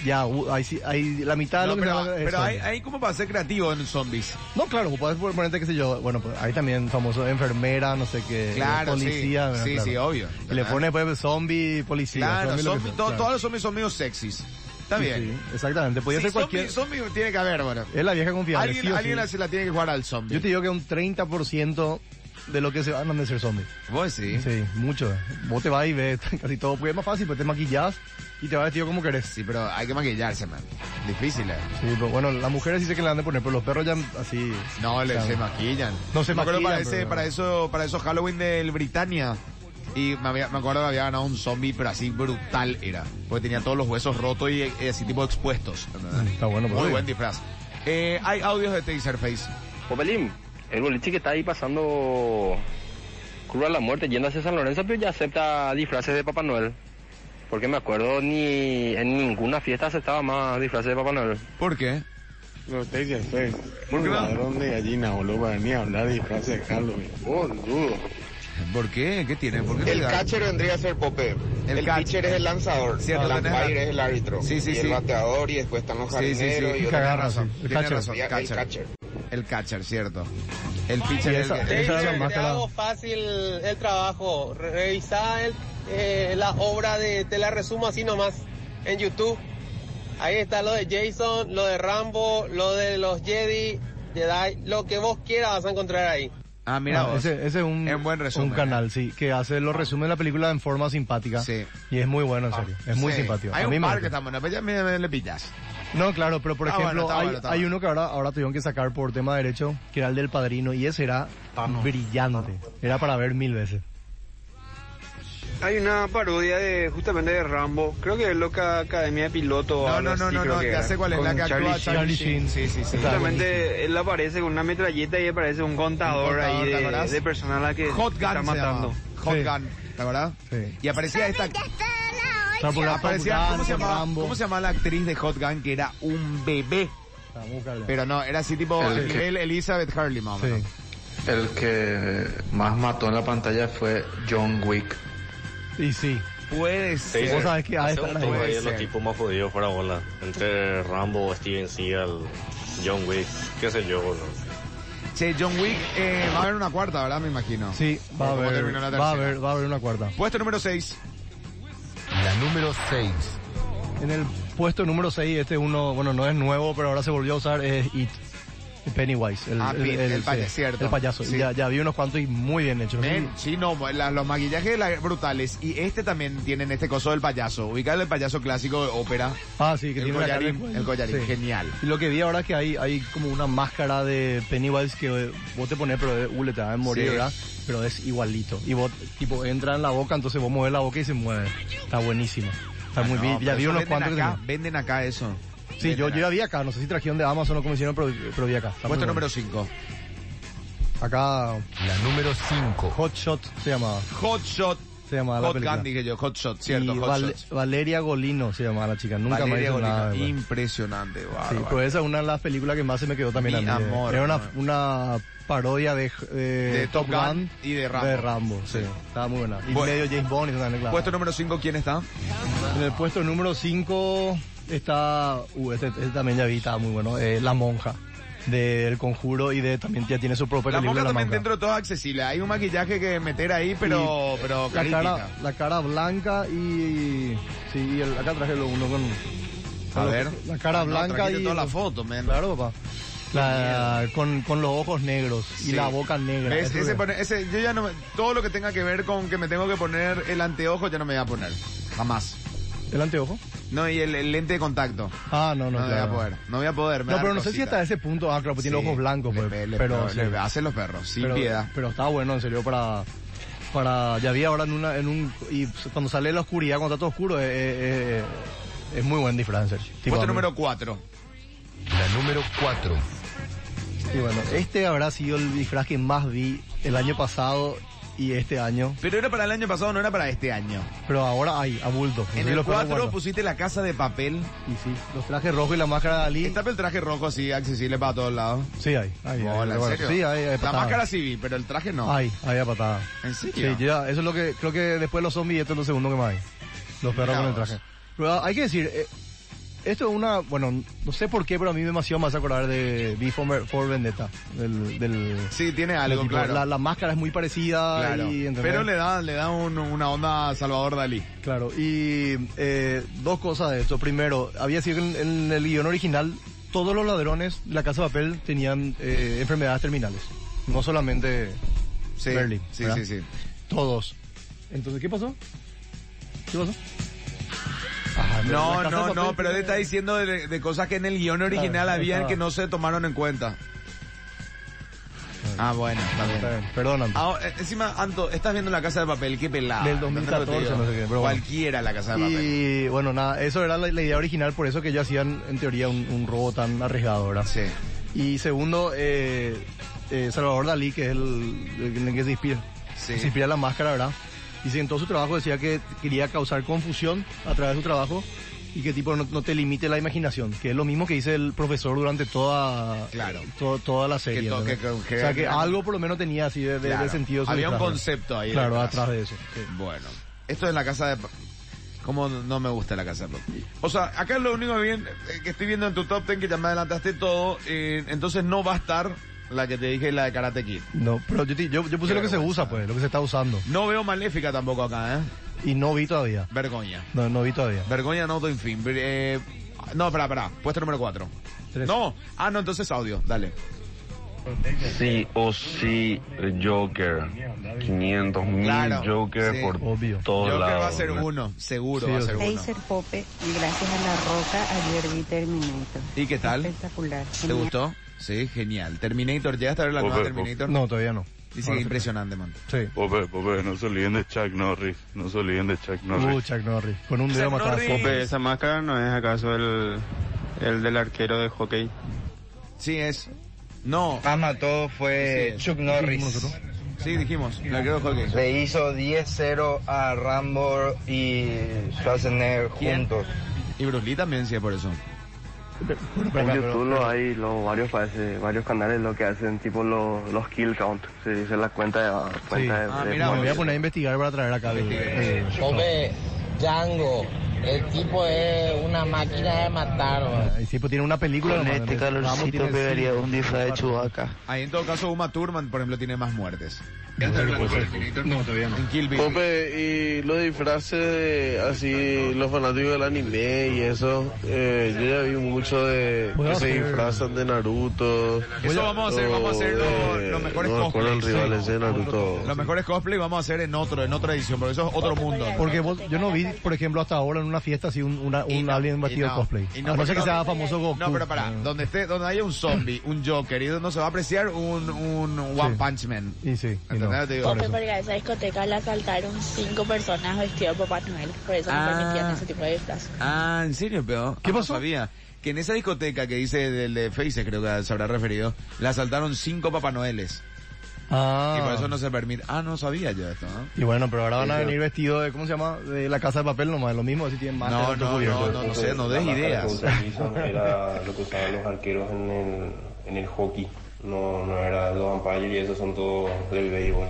[SPEAKER 3] ya, uh, hay, sí- hay la mitad de
[SPEAKER 2] No,
[SPEAKER 3] lo que
[SPEAKER 2] pero
[SPEAKER 3] se llama es
[SPEAKER 2] pero hay,
[SPEAKER 3] zombie.
[SPEAKER 2] hay como para ser creativo en zombies.
[SPEAKER 3] No, claro, puedes ponerte, qué sé yo, bueno, pues hay también famosos enfermera, no sé qué,
[SPEAKER 2] Claro,
[SPEAKER 3] policía.
[SPEAKER 2] sí,
[SPEAKER 3] ¿verdad?
[SPEAKER 2] sí,
[SPEAKER 3] Claro.
[SPEAKER 2] sí, obvio.
[SPEAKER 3] Y le pone pues, zombie, policía.
[SPEAKER 2] Claro,
[SPEAKER 3] zombie, lo que
[SPEAKER 2] zombie-
[SPEAKER 3] sea,
[SPEAKER 2] to-
[SPEAKER 3] claro.
[SPEAKER 2] todos los zombies son medio sexys. Está
[SPEAKER 3] Sí,
[SPEAKER 2] bien.
[SPEAKER 3] sí, exactamente, podía
[SPEAKER 2] Sí,
[SPEAKER 3] ser
[SPEAKER 2] zombie-
[SPEAKER 3] cualquier...
[SPEAKER 2] Zombie, tiene que haber, bueno.
[SPEAKER 3] Es la vieja confiable.
[SPEAKER 2] Alguien,
[SPEAKER 3] sí o
[SPEAKER 2] alguien
[SPEAKER 3] sí.
[SPEAKER 2] La, se la tiene que jugar al zombie.
[SPEAKER 3] Yo te digo que un 30% de lo que se van a ser zombies.
[SPEAKER 2] Vos sí.
[SPEAKER 3] Sí, mucho. Vos te vas y ves casi todo, porque es más fácil, pues te maquillas y te vas vestido como querés.
[SPEAKER 2] Sí, pero hay que maquillarse, man. Difícil, eh.
[SPEAKER 3] Sí, pero bueno, las mujeres sí sé que le han de poner, pero los perros ya así...
[SPEAKER 2] No, le,
[SPEAKER 3] o sea,
[SPEAKER 2] se maquillan.
[SPEAKER 3] No se
[SPEAKER 2] me acuerdo
[SPEAKER 3] maquillan,
[SPEAKER 2] para, ese,
[SPEAKER 3] pero-
[SPEAKER 2] para, eso, para eso Halloween del Britannia. Y me, había- me acuerdo que había ganado un zombie, pero así brutal era. Porque tenía todos los huesos rotos y, eh, así tipo expuestos. ¿verdad?
[SPEAKER 3] Mm, Está bueno, pero
[SPEAKER 2] Muy
[SPEAKER 3] bien.
[SPEAKER 2] buen disfraz. Eh, hay audios de Taserface.
[SPEAKER 5] Popelín, el boliche que está ahí pasando curva a la muerte, yendo hacia San Lorenzo, pero ya acepta disfraces de Papá Noel. Porque me acuerdo ni en ninguna fiesta aceptaba más disfraces de Papá Noel.
[SPEAKER 2] ¿Por qué?
[SPEAKER 6] Los Taser Face.
[SPEAKER 2] ¿Por qué
[SPEAKER 6] Un
[SPEAKER 2] no?
[SPEAKER 6] ladrón de gallina, boludo, para ni hablar de disfraz de Halloween.
[SPEAKER 2] Oh,
[SPEAKER 6] Boludo.
[SPEAKER 2] ¿Por qué? ¿Qué tiene? ¿Por qué
[SPEAKER 7] El
[SPEAKER 2] le da?
[SPEAKER 7] catcher vendría a ser Pope.
[SPEAKER 2] El
[SPEAKER 7] El,
[SPEAKER 2] catch-
[SPEAKER 7] pitcher es el lanzador.
[SPEAKER 2] Cierto,
[SPEAKER 7] el
[SPEAKER 2] tenés
[SPEAKER 7] umpire
[SPEAKER 2] ra-
[SPEAKER 7] es el árbitro.
[SPEAKER 2] Sí, sí,
[SPEAKER 7] y
[SPEAKER 2] sí.
[SPEAKER 7] el bateador y después están los
[SPEAKER 2] Sí, sí, sí.
[SPEAKER 7] jardineros y
[SPEAKER 2] Tiene
[SPEAKER 3] que agarra,
[SPEAKER 7] otros.
[SPEAKER 2] razón.
[SPEAKER 3] sí. El
[SPEAKER 2] Tiene
[SPEAKER 3] catcher.
[SPEAKER 2] razón.
[SPEAKER 7] Y el
[SPEAKER 2] catcher.
[SPEAKER 7] catcher.
[SPEAKER 2] El catcher, cierto. El pitcher
[SPEAKER 3] Y
[SPEAKER 2] es
[SPEAKER 3] esa-
[SPEAKER 2] el que-
[SPEAKER 3] esa era la
[SPEAKER 8] Taser, te
[SPEAKER 3] máscara.
[SPEAKER 8] hago fácil el trabajo. Re- Revisá el, eh, la obra de, te la resumo así nomás en YouTube. Ahí está lo de Jason, lo de Rambo, lo de los Jedi, Jedi, lo que vos quieras vas a encontrar ahí.
[SPEAKER 2] Ah, mira
[SPEAKER 3] Ah,
[SPEAKER 2] vos.
[SPEAKER 3] ese, ese es un,
[SPEAKER 2] Es buen resumen, eh.
[SPEAKER 3] un canal, sí, que hace los resúmenes de la película en forma simpática.
[SPEAKER 2] Sí. Ah,
[SPEAKER 3] Y es muy bueno, en serio. es muy
[SPEAKER 2] Sí.
[SPEAKER 3] simpático.
[SPEAKER 2] Hay
[SPEAKER 3] A mí
[SPEAKER 2] un
[SPEAKER 3] me
[SPEAKER 2] par que
[SPEAKER 3] gusta.
[SPEAKER 2] están buenos, pero ya me, me- le pillas.
[SPEAKER 3] No, claro, pero por
[SPEAKER 2] Ah,
[SPEAKER 3] ejemplo,
[SPEAKER 2] bueno, está
[SPEAKER 3] hay,
[SPEAKER 2] bueno, está
[SPEAKER 3] hay
[SPEAKER 2] bueno.
[SPEAKER 3] uno que ahora, ahora tuvieron que sacar por tema de derecho, que era el del padrino, y ese era brillante. Era para ver mil veces.
[SPEAKER 9] Hay una parodia de Eh, justamente de Rambo. Creo que es Loca Academia de Piloto. o
[SPEAKER 2] No,
[SPEAKER 9] algo
[SPEAKER 2] no, no,
[SPEAKER 9] así,
[SPEAKER 2] no,
[SPEAKER 9] creo
[SPEAKER 2] no,
[SPEAKER 9] que
[SPEAKER 2] ya
[SPEAKER 9] era.
[SPEAKER 2] sé cuál es
[SPEAKER 9] Con
[SPEAKER 2] la que actúa
[SPEAKER 9] Charlie Sheen.
[SPEAKER 2] Charlie Sheen.
[SPEAKER 3] Sheen.
[SPEAKER 2] Sí, sí, sí.
[SPEAKER 3] Está
[SPEAKER 9] Justamente él aparece con una metralleta y aparece un contador,
[SPEAKER 2] Un contador,
[SPEAKER 9] ahí de,
[SPEAKER 2] ¿te acordás?
[SPEAKER 9] de personal a la que
[SPEAKER 2] Hot Gun
[SPEAKER 9] está
[SPEAKER 2] se
[SPEAKER 9] matando.
[SPEAKER 2] llamaba. Hot
[SPEAKER 3] Sí.
[SPEAKER 2] Gun, ¿te acordás?
[SPEAKER 3] Sí.
[SPEAKER 2] Y aparecía esta... Aparecía, ¿cómo, se llamaba, ¿Cómo se llamaba la actriz de Hot Gun que era un bebé? Pero no, era así tipo
[SPEAKER 4] El
[SPEAKER 2] el
[SPEAKER 4] que-
[SPEAKER 2] nivel Elizabeth Hurley, más o menos.
[SPEAKER 3] Sí.
[SPEAKER 4] El que más mató en la pantalla fue John Wick.
[SPEAKER 3] Y sí.
[SPEAKER 2] Puede ser.
[SPEAKER 3] Vos sabés que ha de estar ahí.
[SPEAKER 2] Puede
[SPEAKER 10] Ahí es los
[SPEAKER 2] ser.
[SPEAKER 10] tipos más jodidos fuera bola. Entre Rambo, Steven Seagal, John Wick, qué sé yo, boludo.
[SPEAKER 2] Che, John Wick, eh, va a haber una cuarta, ¿verdad? Me imagino.
[SPEAKER 3] Sí, va a
[SPEAKER 2] Como
[SPEAKER 3] haber,
[SPEAKER 2] terminó la
[SPEAKER 3] va a
[SPEAKER 2] tercera.
[SPEAKER 3] haber, va a haber una cuarta.
[SPEAKER 2] Puesto número 6.
[SPEAKER 4] La número 6.
[SPEAKER 3] En el puesto número 6, este uno, bueno, no es nuevo, pero ahora se volvió a usar, es It. Pennywise, el,
[SPEAKER 2] Ah, Pete, el payaso, cierto.
[SPEAKER 3] el payaso.
[SPEAKER 2] Sí.
[SPEAKER 3] Ya, ya vi unos cuantos y muy bien hechos.
[SPEAKER 2] Men, sí, no, la- los maquillajes de la- brutales. Y este también tienen este coso del payaso. Ubicar el payaso clásico de ópera.
[SPEAKER 3] Ah, sí, que
[SPEAKER 2] El
[SPEAKER 3] tiene la cara
[SPEAKER 2] collarín,
[SPEAKER 3] de-
[SPEAKER 2] el collarín, genial.
[SPEAKER 3] Y lo que vi ahora es que hay, hay como una máscara de Pennywise que eh, vos te pones, pero eh, uh, le te va a morir,
[SPEAKER 2] Sí.
[SPEAKER 3] ¿verdad? Pero es igualito. Y vos, tipo, entra en la boca, entonces vos mueves la boca y se mueve. Está buenísimo. Está muy
[SPEAKER 2] Ah, No,
[SPEAKER 3] bien. Ya
[SPEAKER 2] pero
[SPEAKER 3] vi
[SPEAKER 2] eso
[SPEAKER 3] unos
[SPEAKER 2] venden
[SPEAKER 3] cuantos. que
[SPEAKER 2] acá,
[SPEAKER 3] tenía.
[SPEAKER 2] Venden acá eso.
[SPEAKER 3] Sí, yo, yo ya vi acá. No sé si trajeron de Amazon o como hicieron, pero, pero vi acá. Está muy
[SPEAKER 2] Puesto
[SPEAKER 3] bueno.
[SPEAKER 2] número 5.
[SPEAKER 3] Acá,
[SPEAKER 4] La número 5.
[SPEAKER 3] Hot Shot se llamaba.
[SPEAKER 2] Hot Shot.
[SPEAKER 3] Se llamaba la
[SPEAKER 2] Hot
[SPEAKER 3] película.
[SPEAKER 2] Gun, dije yo. Hot Shot, cierto.
[SPEAKER 3] Y
[SPEAKER 2] Hot
[SPEAKER 3] Val-
[SPEAKER 2] Shot.
[SPEAKER 3] Valeria Golino se llamaba la chica. Nunca me
[SPEAKER 2] Valeria
[SPEAKER 3] dijo nada.
[SPEAKER 2] Golina,
[SPEAKER 3] ¿verdad?
[SPEAKER 2] Impresionante,
[SPEAKER 3] Sí,
[SPEAKER 2] bárbaro.
[SPEAKER 3] pues esa es una de las películas que más se me quedó también
[SPEAKER 2] Mi
[SPEAKER 3] a mí. eh.
[SPEAKER 2] amor,
[SPEAKER 3] Era una,
[SPEAKER 2] bueno.
[SPEAKER 3] una parodia de, de,
[SPEAKER 2] De Top Gun y de Rambo.
[SPEAKER 3] De Rambo, sí. Estaba muy buena. Y
[SPEAKER 2] Bueno.
[SPEAKER 3] medio James Bond y eso también, claro.
[SPEAKER 2] Puesto número 5, ¿quién está?
[SPEAKER 3] En el puesto número 5 está... Uh, este, este también ya vi, estaba muy bueno. eh, la Monja, del Conjuro y de también ya tiene su propia
[SPEAKER 2] La
[SPEAKER 3] película
[SPEAKER 2] monja
[SPEAKER 3] La
[SPEAKER 2] también
[SPEAKER 3] Monja.
[SPEAKER 2] dentro de todo es accesible. Hay un maquillaje que meter ahí, pero, pero
[SPEAKER 3] la
[SPEAKER 2] carítica.
[SPEAKER 3] cara, la cara blanca y... Sí, y el- acá traje lo uno con...
[SPEAKER 2] A
[SPEAKER 3] lo-
[SPEAKER 2] ver. Ah,
[SPEAKER 3] La cara
[SPEAKER 2] No,
[SPEAKER 3] blanca
[SPEAKER 2] trajiste
[SPEAKER 3] y...
[SPEAKER 2] toda la foto, men.
[SPEAKER 3] Claro, papá. La- con, con los ojos negros
[SPEAKER 2] Sí.
[SPEAKER 3] y la boca negra.
[SPEAKER 2] ¿Ves?
[SPEAKER 3] Eso
[SPEAKER 2] Ese
[SPEAKER 3] es.
[SPEAKER 2] pone- ese- yo ya no, me- todo lo que tenga que ver con que me tengo que poner el anteojo, ya no me voy a poner. Jamás.
[SPEAKER 3] ¿El anteojo?
[SPEAKER 2] No, y el, el lente de contacto.
[SPEAKER 3] Ah, no,
[SPEAKER 2] No,
[SPEAKER 3] no,
[SPEAKER 2] voy
[SPEAKER 3] claro.
[SPEAKER 2] a poder. No voy a poder. me
[SPEAKER 3] No,
[SPEAKER 2] da
[SPEAKER 3] pero no sé si
[SPEAKER 2] cosita.
[SPEAKER 3] hasta ese punto, ah, claro, pues tiene
[SPEAKER 2] Sí,
[SPEAKER 3] ojos blancos,
[SPEAKER 2] le-
[SPEAKER 3] pues,
[SPEAKER 2] le-
[SPEAKER 3] pero, sí.
[SPEAKER 2] le- hacen los perros, sin
[SPEAKER 3] Pero-
[SPEAKER 2] piedad.
[SPEAKER 3] Pero está bueno, en serio, para, para, ya vi ahora en una, en un, y cuando sale la oscuridad, cuando está todo oscuro, eh, eh, eh, es muy buen disfraz, en serio. Tipo,
[SPEAKER 2] Puesto
[SPEAKER 3] a mí-
[SPEAKER 2] número 4.
[SPEAKER 4] La número 4.
[SPEAKER 3] Y bueno, este habrá sido el disfraz que más vi el año pasado y este año,
[SPEAKER 2] Pero era para el año pasado, no era para este año.
[SPEAKER 3] pero ahora hay, a bulto. No sé
[SPEAKER 2] En
[SPEAKER 3] si
[SPEAKER 2] el pues,
[SPEAKER 3] los perros
[SPEAKER 2] 4
[SPEAKER 3] guardan.
[SPEAKER 2] pusiste la casa de papel.
[SPEAKER 3] Y sí, los trajes rojos y la máscara de Ali.
[SPEAKER 2] Está el traje rojo así, accesible para todos lados.
[SPEAKER 3] Sí, hay. hay, hay,
[SPEAKER 2] Hola, ¿en
[SPEAKER 3] bueno,
[SPEAKER 2] serio?
[SPEAKER 3] Sí, hay, hay
[SPEAKER 2] la
[SPEAKER 3] patada.
[SPEAKER 2] máscara sí vi, pero el traje no.
[SPEAKER 3] Hay, hay a patada.
[SPEAKER 2] ¿En
[SPEAKER 3] Sí,
[SPEAKER 2] serio?
[SPEAKER 3] ya, eso es lo que, creo que después los zombies, esto es lo segundo que más hay. Los perros
[SPEAKER 2] Mira
[SPEAKER 3] con el
[SPEAKER 2] vos.
[SPEAKER 3] traje. Pero hay que decir, eh, esto es una, bueno, no sé por qué, pero a mí demasiado me hace acordar de B for, for Vendetta. Del, del,
[SPEAKER 2] Sí, tiene
[SPEAKER 3] del
[SPEAKER 2] algo,
[SPEAKER 3] tipo.
[SPEAKER 2] claro.
[SPEAKER 3] La, la máscara es muy parecida.
[SPEAKER 2] Claro.
[SPEAKER 3] y, ¿entendés?
[SPEAKER 2] Pero le da, le da un- una onda a Salvador Dalí.
[SPEAKER 3] Claro, y eh, dos cosas de esto. Primero, había sido que en, en el guión original, todos los ladrones de la casa de papel tenían eh, enfermedades terminales. No solamente
[SPEAKER 2] Sí,
[SPEAKER 3] Berlin,
[SPEAKER 2] sí,
[SPEAKER 3] ¿verdad?
[SPEAKER 2] sí, sí.
[SPEAKER 3] todos. Entonces, ¿qué pasó? ¿Qué pasó? Ajá, pero la
[SPEAKER 2] No,
[SPEAKER 3] casa de
[SPEAKER 2] no,
[SPEAKER 3] papel
[SPEAKER 2] no, pero él
[SPEAKER 3] tiene-
[SPEAKER 2] está diciendo de, de cosas que en el guión original
[SPEAKER 3] Claro,
[SPEAKER 2] habían
[SPEAKER 3] estaba.
[SPEAKER 2] que no se tomaron en cuenta. Ah, bueno, está
[SPEAKER 3] Está
[SPEAKER 2] bien.
[SPEAKER 3] bien, Perdóname.
[SPEAKER 2] Ahora, eh, encima, Anto, estás viendo la casa de papel, qué pelada.
[SPEAKER 3] Del
[SPEAKER 2] ¿Entendés lo que te
[SPEAKER 3] 2014,
[SPEAKER 2] digo?
[SPEAKER 3] no sé qué, pero bueno.
[SPEAKER 2] Cualquiera la casa de papel.
[SPEAKER 3] Y bueno, nada, eso era la, la idea original, por eso que ellos hacían en teoría un, un robo tan arriesgado, ¿verdad?
[SPEAKER 2] Sí.
[SPEAKER 3] Y segundo, eh, eh, Salvador Dalí, que es el, el en el que se inspira,
[SPEAKER 2] Sí.
[SPEAKER 3] se inspira la máscara, ¿verdad? Y si en todo su trabajo decía que quería causar confusión a través de su trabajo y que tipo no, no te limite la imaginación, que es lo mismo que dice el profesor durante toda,
[SPEAKER 2] Claro.
[SPEAKER 3] to- toda la serie.
[SPEAKER 2] Que to-
[SPEAKER 3] ¿entendés?
[SPEAKER 2] que- que-
[SPEAKER 3] o sea, que
[SPEAKER 2] que-
[SPEAKER 3] algo por lo menos tenía así de, de- de
[SPEAKER 2] Claro.
[SPEAKER 3] sentido. su
[SPEAKER 2] Había un
[SPEAKER 3] disfraz.
[SPEAKER 2] concepto ahí
[SPEAKER 3] Claro,
[SPEAKER 2] detrás.
[SPEAKER 3] atrás de eso. sí.
[SPEAKER 2] Bueno, esto es la casa de... pa- ¿Cómo no me gusta la casa de papel? O sea, acá lo único bien eh, que estoy viendo en tu top ten, que ya me adelantaste todo, eh, entonces no va a estar la que te dije, la de Karate Kid.
[SPEAKER 3] No, pero yo, te- yo, yo puse
[SPEAKER 2] Qué
[SPEAKER 3] lo que se
[SPEAKER 2] vergüenza.
[SPEAKER 3] usa, pues, lo que se está usando.
[SPEAKER 2] No veo Maléfica tampoco acá, ¿eh?
[SPEAKER 3] Y no vi todavía.
[SPEAKER 2] Vergoña.
[SPEAKER 3] No, no vi todavía.
[SPEAKER 2] Vergoña no en fin. Eh, no, pará, pará. Puesto número 4.
[SPEAKER 3] Tres.
[SPEAKER 2] No. Ah, no, entonces audio. Dale.
[SPEAKER 11] Sí o sí, Joker. 500 mil
[SPEAKER 2] Claro,
[SPEAKER 11] Joker
[SPEAKER 2] sí.
[SPEAKER 11] por
[SPEAKER 2] Obvio.
[SPEAKER 11] todos
[SPEAKER 2] Joker
[SPEAKER 11] lados.
[SPEAKER 2] va a ser
[SPEAKER 11] ¿no?
[SPEAKER 2] uno, seguro va a ser uno.
[SPEAKER 12] Taser Pope, gracias a La Roca, ayer vi Terminator.
[SPEAKER 2] ¿Y qué tal?
[SPEAKER 12] Espectacular.
[SPEAKER 2] ¿Te gustó? Sí, genial. Terminator, ¿llegaste a ver la nueva
[SPEAKER 13] Pope,
[SPEAKER 2] Terminator?
[SPEAKER 13] Pope. No, todavía no.
[SPEAKER 2] Dice
[SPEAKER 13] Ahora
[SPEAKER 2] que es
[SPEAKER 13] se-
[SPEAKER 2] impresionante, man.
[SPEAKER 3] Sí.
[SPEAKER 13] Pope, Pope, no se olviden de Chuck Norris. No se olviden de Chuck Norris.
[SPEAKER 3] Uh, Chuck Norris. Con un dedo mataba a
[SPEAKER 14] Pope, esa máscara no es acaso el, el del arquero de hockey.
[SPEAKER 2] Sí, es. No.
[SPEAKER 15] Ah,
[SPEAKER 16] Más mató fue Chuck Norris.
[SPEAKER 2] Sí, dijimos. La creo que
[SPEAKER 16] Le hizo 10-0 a Rambo y Schwarzenegger juntos.
[SPEAKER 2] Y Bruce Lee también, sí, por eso.
[SPEAKER 5] En YouTube lo hay los varios parece, varios canales lo que hacen tipo los, los kill count, se dice la cuenta de cuenta de,
[SPEAKER 15] Ah,
[SPEAKER 5] de-
[SPEAKER 3] Ah, me voy a poner a investigar para traer acá. el- el-
[SPEAKER 15] Pobre Django, el tipo es una máquina de matar. ¿no?
[SPEAKER 3] el Ah, tipo tiene una película.
[SPEAKER 15] Con
[SPEAKER 3] hermano,
[SPEAKER 15] este
[SPEAKER 3] el Rambo
[SPEAKER 15] calorcito
[SPEAKER 3] tiene
[SPEAKER 15] pegaría
[SPEAKER 3] cinco,
[SPEAKER 15] un disfraz de
[SPEAKER 3] cuatro.
[SPEAKER 15] Chewbacca.
[SPEAKER 2] Ahí en todo caso, Uma Thurman, por ejemplo, tiene más muertes.
[SPEAKER 6] No, todavía no.
[SPEAKER 2] En Kill Bill.
[SPEAKER 6] Pope, y los disfraces de así, los fanáticos del anime y eso, eh, yo ya vi mucho de
[SPEAKER 2] Voy a
[SPEAKER 6] que se
[SPEAKER 2] hacer-
[SPEAKER 6] disfrazan de Naruto. eh,
[SPEAKER 2] Eso vamos a hacer, vamos a hacer los, los mejores
[SPEAKER 6] Oh, No me acuerdo el
[SPEAKER 2] cosplays.
[SPEAKER 6] rival ese de Naruto.
[SPEAKER 2] Los mejores cosplays vamos a hacer en otro, en otra edición, porque eso es otro mundo.
[SPEAKER 3] Porque vos- yo no vi, por ejemplo, hasta ahora en una fiesta así un, una- un alien batido
[SPEAKER 2] no,
[SPEAKER 3] de cosplay.
[SPEAKER 2] y
[SPEAKER 3] no, a no ser que
[SPEAKER 2] no, eh,
[SPEAKER 3] sea famoso Goku. Ah.
[SPEAKER 2] No, pero para, donde esté, donde haya un zombie, un Joker, y no se va a apreciar un, un One Punch Man.
[SPEAKER 3] Y sí. y no.
[SPEAKER 2] ¿Entendés? Te digo,
[SPEAKER 17] Pope, porque a esa discoteca la asaltaron cinco personas vestidas de Papá Noel. Por eso no
[SPEAKER 2] Ah.
[SPEAKER 17] permitían ese tipo de disfraz.
[SPEAKER 2] Ah, ¿en serio, pero ¿Qué pasó? sabía. Que en esa discoteca que dice del de Face, creo que se habrá referido, la asaltaron cinco Papá Noeles.
[SPEAKER 3] Ah.
[SPEAKER 2] Y por eso no se permite. Ah, no sabía yo esto, ¿no?
[SPEAKER 3] Y bueno, pero ahora van a
[SPEAKER 2] Sí, sí.
[SPEAKER 3] venir vestidos de, ¿cómo se llama? De la casa de papel nomás, lo mismo, así tienen más.
[SPEAKER 2] No, no, no, no, no sé, no des ideas.
[SPEAKER 18] Era lo que usaban los arqueros en el, en el hockey. No, no era los umpires y esos son todos del béisbol.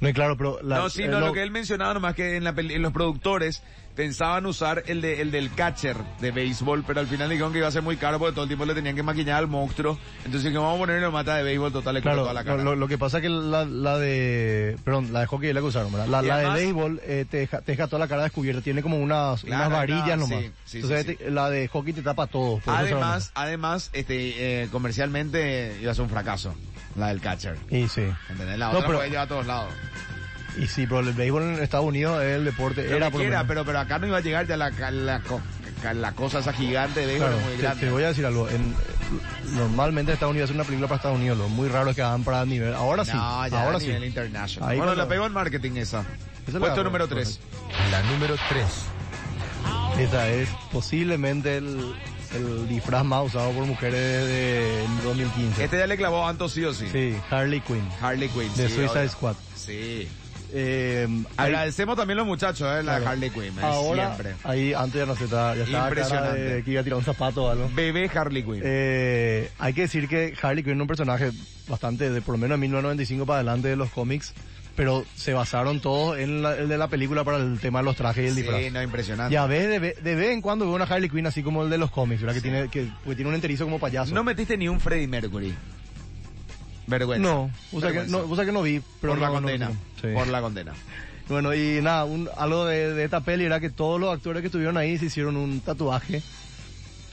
[SPEAKER 3] No, y claro, pero... la-
[SPEAKER 2] no, sí,
[SPEAKER 3] eh,
[SPEAKER 2] no,
[SPEAKER 3] lo-
[SPEAKER 2] lo que él mencionaba nomás que en, la peli- en los productores pensaban usar el, de, el del catcher de béisbol, pero al final dijeron que iba a ser muy caro porque todo el tiempo le tenían que maquillar al monstruo. Entonces dijeron, vamos a ponerle una mata de béisbol total, le cubre
[SPEAKER 3] Claro,
[SPEAKER 2] toda la cara.
[SPEAKER 3] lo, lo que pasa es que la, la de... Perdón, la de hockey es la que usaron, ¿verdad? La,
[SPEAKER 2] Y
[SPEAKER 3] la
[SPEAKER 2] además-
[SPEAKER 3] de béisbol eh, te, deja, te deja toda la cara descubierta, tiene como unas,
[SPEAKER 2] Claro,
[SPEAKER 3] unas varillas
[SPEAKER 2] no, sí,
[SPEAKER 3] nomás.
[SPEAKER 2] sí, sí,
[SPEAKER 3] Entonces
[SPEAKER 2] sí.
[SPEAKER 3] te- la de hockey te tapa todo. por eso se llama.
[SPEAKER 2] Además, además, este, eh, comercialmente iba a ser un fracaso, la del catcher.
[SPEAKER 3] Y sí.
[SPEAKER 2] ¿Entendés? La
[SPEAKER 3] No,
[SPEAKER 2] otra
[SPEAKER 3] pero-
[SPEAKER 2] puede llevar a todos lados.
[SPEAKER 3] Y sí, pero el béisbol en Estados Unidos es el deporte...
[SPEAKER 2] Lo
[SPEAKER 3] era
[SPEAKER 2] que
[SPEAKER 3] por lo
[SPEAKER 2] quiera,
[SPEAKER 3] menos.
[SPEAKER 2] pero, pero acá no iba a llegar ya la, ca- la, co- ca- la cosa esa gigante de béisbol
[SPEAKER 3] Claro,
[SPEAKER 2] muy
[SPEAKER 3] te-
[SPEAKER 2] grande.
[SPEAKER 3] te, voy a decir algo. en- normalmente Estados Unidos es una película para Estados Unidos. Lo muy raro es que hagan para nivel. Ahora sí.
[SPEAKER 2] No, ya
[SPEAKER 3] ahora
[SPEAKER 2] a nivel
[SPEAKER 3] sí.
[SPEAKER 2] international.
[SPEAKER 3] Ahí
[SPEAKER 2] bueno,
[SPEAKER 3] cuando-
[SPEAKER 2] la pegó en marketing esa.
[SPEAKER 3] Esa la
[SPEAKER 2] Puesto
[SPEAKER 3] agarró,
[SPEAKER 2] número 3.
[SPEAKER 3] La número 3. Esta es posiblemente el, el disfraz más usado por mujeres de 2015.
[SPEAKER 2] Este ya le clavó a Anto sí o sí.
[SPEAKER 3] Sí, Harley Quinn.
[SPEAKER 2] Harley Quinn.
[SPEAKER 3] De
[SPEAKER 2] sí,
[SPEAKER 3] Suicide
[SPEAKER 2] obvio.
[SPEAKER 3] Squad.
[SPEAKER 2] Sí.
[SPEAKER 3] Eh, ahí-
[SPEAKER 2] Agradecemos también los muchachos, eh, la de Harley Quinn. eh,
[SPEAKER 3] ahora,
[SPEAKER 2] siempre.
[SPEAKER 3] ahí antes ya no se está, ya estaba cara
[SPEAKER 2] Impresionante.
[SPEAKER 3] de que iba a tirar un zapato o algo.
[SPEAKER 2] Bebé Harley Quinn.
[SPEAKER 3] Eh, hay que decir que Harley Quinn es un personaje bastante, de por lo menos de 1995 para adelante de los cómics, pero se basaron todos en la, el de la película para el tema de los trajes y el
[SPEAKER 2] Sí,
[SPEAKER 3] disfraz.
[SPEAKER 2] no, impresionante.
[SPEAKER 3] Y a veces, de, ve- de vez en cuando veo una Harley Quinn así como el de los cómics, ¿verdad? Que tiene, que, porque tiene un enterizo como payaso.
[SPEAKER 2] No metiste ni un Freddie Mercury. Vergüenza.
[SPEAKER 3] No, o sea, que,
[SPEAKER 2] Vergüenza.
[SPEAKER 3] no, o sea que no vi, pero
[SPEAKER 2] Por la
[SPEAKER 3] no, no-
[SPEAKER 2] condena.
[SPEAKER 3] sí.
[SPEAKER 2] Por la condena.
[SPEAKER 3] Bueno, y nada, un, algo de, de esta peli era que todos los actores que estuvieron ahí se hicieron un tatuaje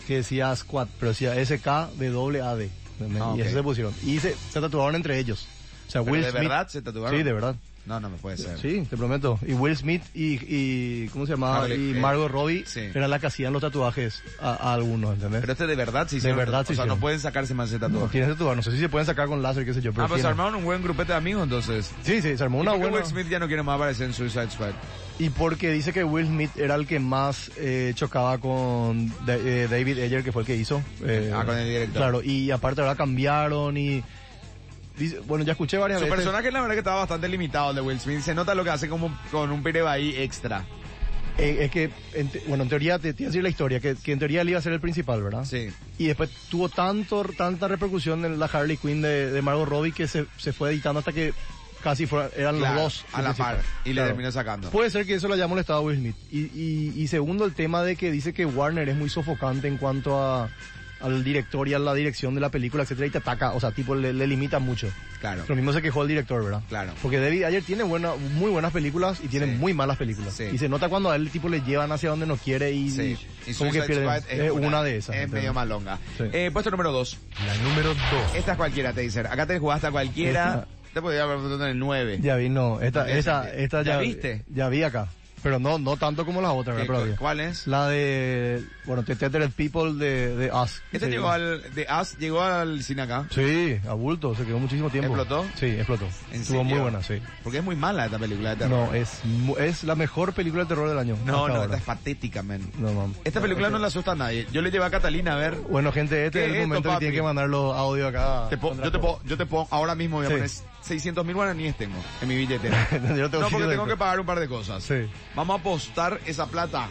[SPEAKER 3] que decía Squad, pero decía SK de doble AD. ¿entendés?
[SPEAKER 2] Ah,
[SPEAKER 3] Y
[SPEAKER 2] ok.
[SPEAKER 3] eso se pusieron. Y se, se tatuaron entre ellos. O sea,
[SPEAKER 2] ¿Pero
[SPEAKER 3] Will
[SPEAKER 2] de
[SPEAKER 3] Smith.
[SPEAKER 2] verdad se tatuaron?
[SPEAKER 3] Sí, de verdad.
[SPEAKER 2] No, no me puede ser.
[SPEAKER 3] Sí, ¿eh? te prometo. Y Will Smith y, y ¿cómo se llamaba?
[SPEAKER 2] Harley,
[SPEAKER 3] y
[SPEAKER 2] eh,
[SPEAKER 3] Margot Robbie
[SPEAKER 2] sí.
[SPEAKER 3] eran las que hacían los tatuajes a, a algunos, ¿entendés?
[SPEAKER 2] Pero este de verdad sí
[SPEAKER 3] De
[SPEAKER 2] hicieron- O
[SPEAKER 3] verdad se
[SPEAKER 2] sea, no
[SPEAKER 3] hicieron.
[SPEAKER 2] pueden sacarse más ese tatuaje.
[SPEAKER 3] No, ¿Quiénes se tatuaron? ah, No sé si se pueden sacar con láser, qué sé yo. Pero
[SPEAKER 2] Ah, pues
[SPEAKER 3] tienen.
[SPEAKER 2] armaron un buen grupete de amigos entonces.
[SPEAKER 3] Sí, sí, se armó
[SPEAKER 2] ¿Y
[SPEAKER 3] una
[SPEAKER 2] por qué
[SPEAKER 3] buena.
[SPEAKER 2] Will Smith ya no quiere más aparecer en Suicide Squad.
[SPEAKER 3] Y porque dice que Will Smith era el que más eh, chocaba con Da- eh, David Ayer, que fue el que hizo. eh,
[SPEAKER 2] Ah, con el director.
[SPEAKER 3] Claro, y aparte ahora cambiaron y... dice- bueno, ya escuché varias
[SPEAKER 2] Su
[SPEAKER 3] veces...
[SPEAKER 2] personaje la verdad que estaba bastante limitado el de Will Smith. Se nota lo que hace como con un pirebaí extra.
[SPEAKER 3] Eh, es que, en te- bueno, en teoría, te, te iba a decir la historia, que, que en teoría él iba a ser el principal, ¿verdad?
[SPEAKER 2] Sí.
[SPEAKER 3] Y después tuvo tanto, tanta repercusión en la Harley Quinn de, de Margot Robbie que se, se fue editando hasta que casi fuera- eran
[SPEAKER 2] Claro,
[SPEAKER 3] los dos.
[SPEAKER 2] a la
[SPEAKER 3] los
[SPEAKER 2] par,
[SPEAKER 3] principales.
[SPEAKER 2] y le terminó sacando.
[SPEAKER 3] Puede ser que eso lo haya molestado a Will Smith. Y, y, y segundo, el tema de que dice que Warner es muy sofocante en cuanto a al director y a la dirección de la película, etcétera, y te ataca, o sea, tipo le, le limita mucho.
[SPEAKER 2] Claro.
[SPEAKER 3] Lo mismo se quejó el director, ¿verdad?
[SPEAKER 2] Claro.
[SPEAKER 3] Porque David Ayer tiene buena, muy buenas películas y tiene muy malas películas. Y se nota cuando a él tipo le llevan hacia donde no quiere y,
[SPEAKER 2] Sí.
[SPEAKER 3] y
[SPEAKER 2] Y
[SPEAKER 3] como que
[SPEAKER 2] Suicide
[SPEAKER 3] pierden
[SPEAKER 2] Squad es
[SPEAKER 3] eh,
[SPEAKER 2] una-
[SPEAKER 3] una, de esas.
[SPEAKER 2] es medio malonga. Eh, puesto número 2.
[SPEAKER 3] La número 2.
[SPEAKER 2] Esta es cualquiera, Taser. Acá te jugaste a cualquiera.
[SPEAKER 3] Esta-
[SPEAKER 2] Te podría haber puesto en el 9.
[SPEAKER 3] Ya vi, no, esta,
[SPEAKER 2] Ya
[SPEAKER 3] esta,
[SPEAKER 2] viste.
[SPEAKER 3] esta
[SPEAKER 2] ¿Ya
[SPEAKER 3] ya,
[SPEAKER 2] viste?
[SPEAKER 3] Ya vi acá. Pero no, no tanto como las otras,
[SPEAKER 2] ¿Qué-
[SPEAKER 3] ¿verdad? Pero
[SPEAKER 2] ¿Cuál es?
[SPEAKER 3] La de, bueno, The Tethered People de, de Us.
[SPEAKER 2] Este
[SPEAKER 3] Sí.
[SPEAKER 2] llegó al, de As llegó al cine acá.
[SPEAKER 3] Sí, a bulto, se quedó muchísimo tiempo.
[SPEAKER 2] ¿Explotó?
[SPEAKER 3] Sí, explotó.
[SPEAKER 2] ¿En
[SPEAKER 3] Estuvo
[SPEAKER 2] serio?
[SPEAKER 3] muy buena, sí.
[SPEAKER 2] Porque es muy mala esta película de terror.
[SPEAKER 3] No, es, mu- es la mejor película de terror del año.
[SPEAKER 2] No,
[SPEAKER 3] hasta
[SPEAKER 2] no,
[SPEAKER 3] ahora.
[SPEAKER 2] esta es patética, men.
[SPEAKER 3] No, mam.
[SPEAKER 2] Esta película no le asusta a nadie. Yo le llevé a Catalina a ver.
[SPEAKER 3] Bueno, gente, este
[SPEAKER 2] ¿Qué
[SPEAKER 3] es el
[SPEAKER 2] es esto,
[SPEAKER 3] momento que tiene
[SPEAKER 2] papi?
[SPEAKER 3] que mandar los audios acá.
[SPEAKER 2] Te po- yo, te po- yo te pongo, ahora mismo voy a
[SPEAKER 3] Sí.
[SPEAKER 2] poner 600 mil guaraníes tengo en mi billetera.
[SPEAKER 3] Yo tengo
[SPEAKER 2] no, porque
[SPEAKER 3] sitio de-
[SPEAKER 2] tengo que pagar un par de cosas.
[SPEAKER 3] Sí.
[SPEAKER 2] Vamos a apostar esa plata.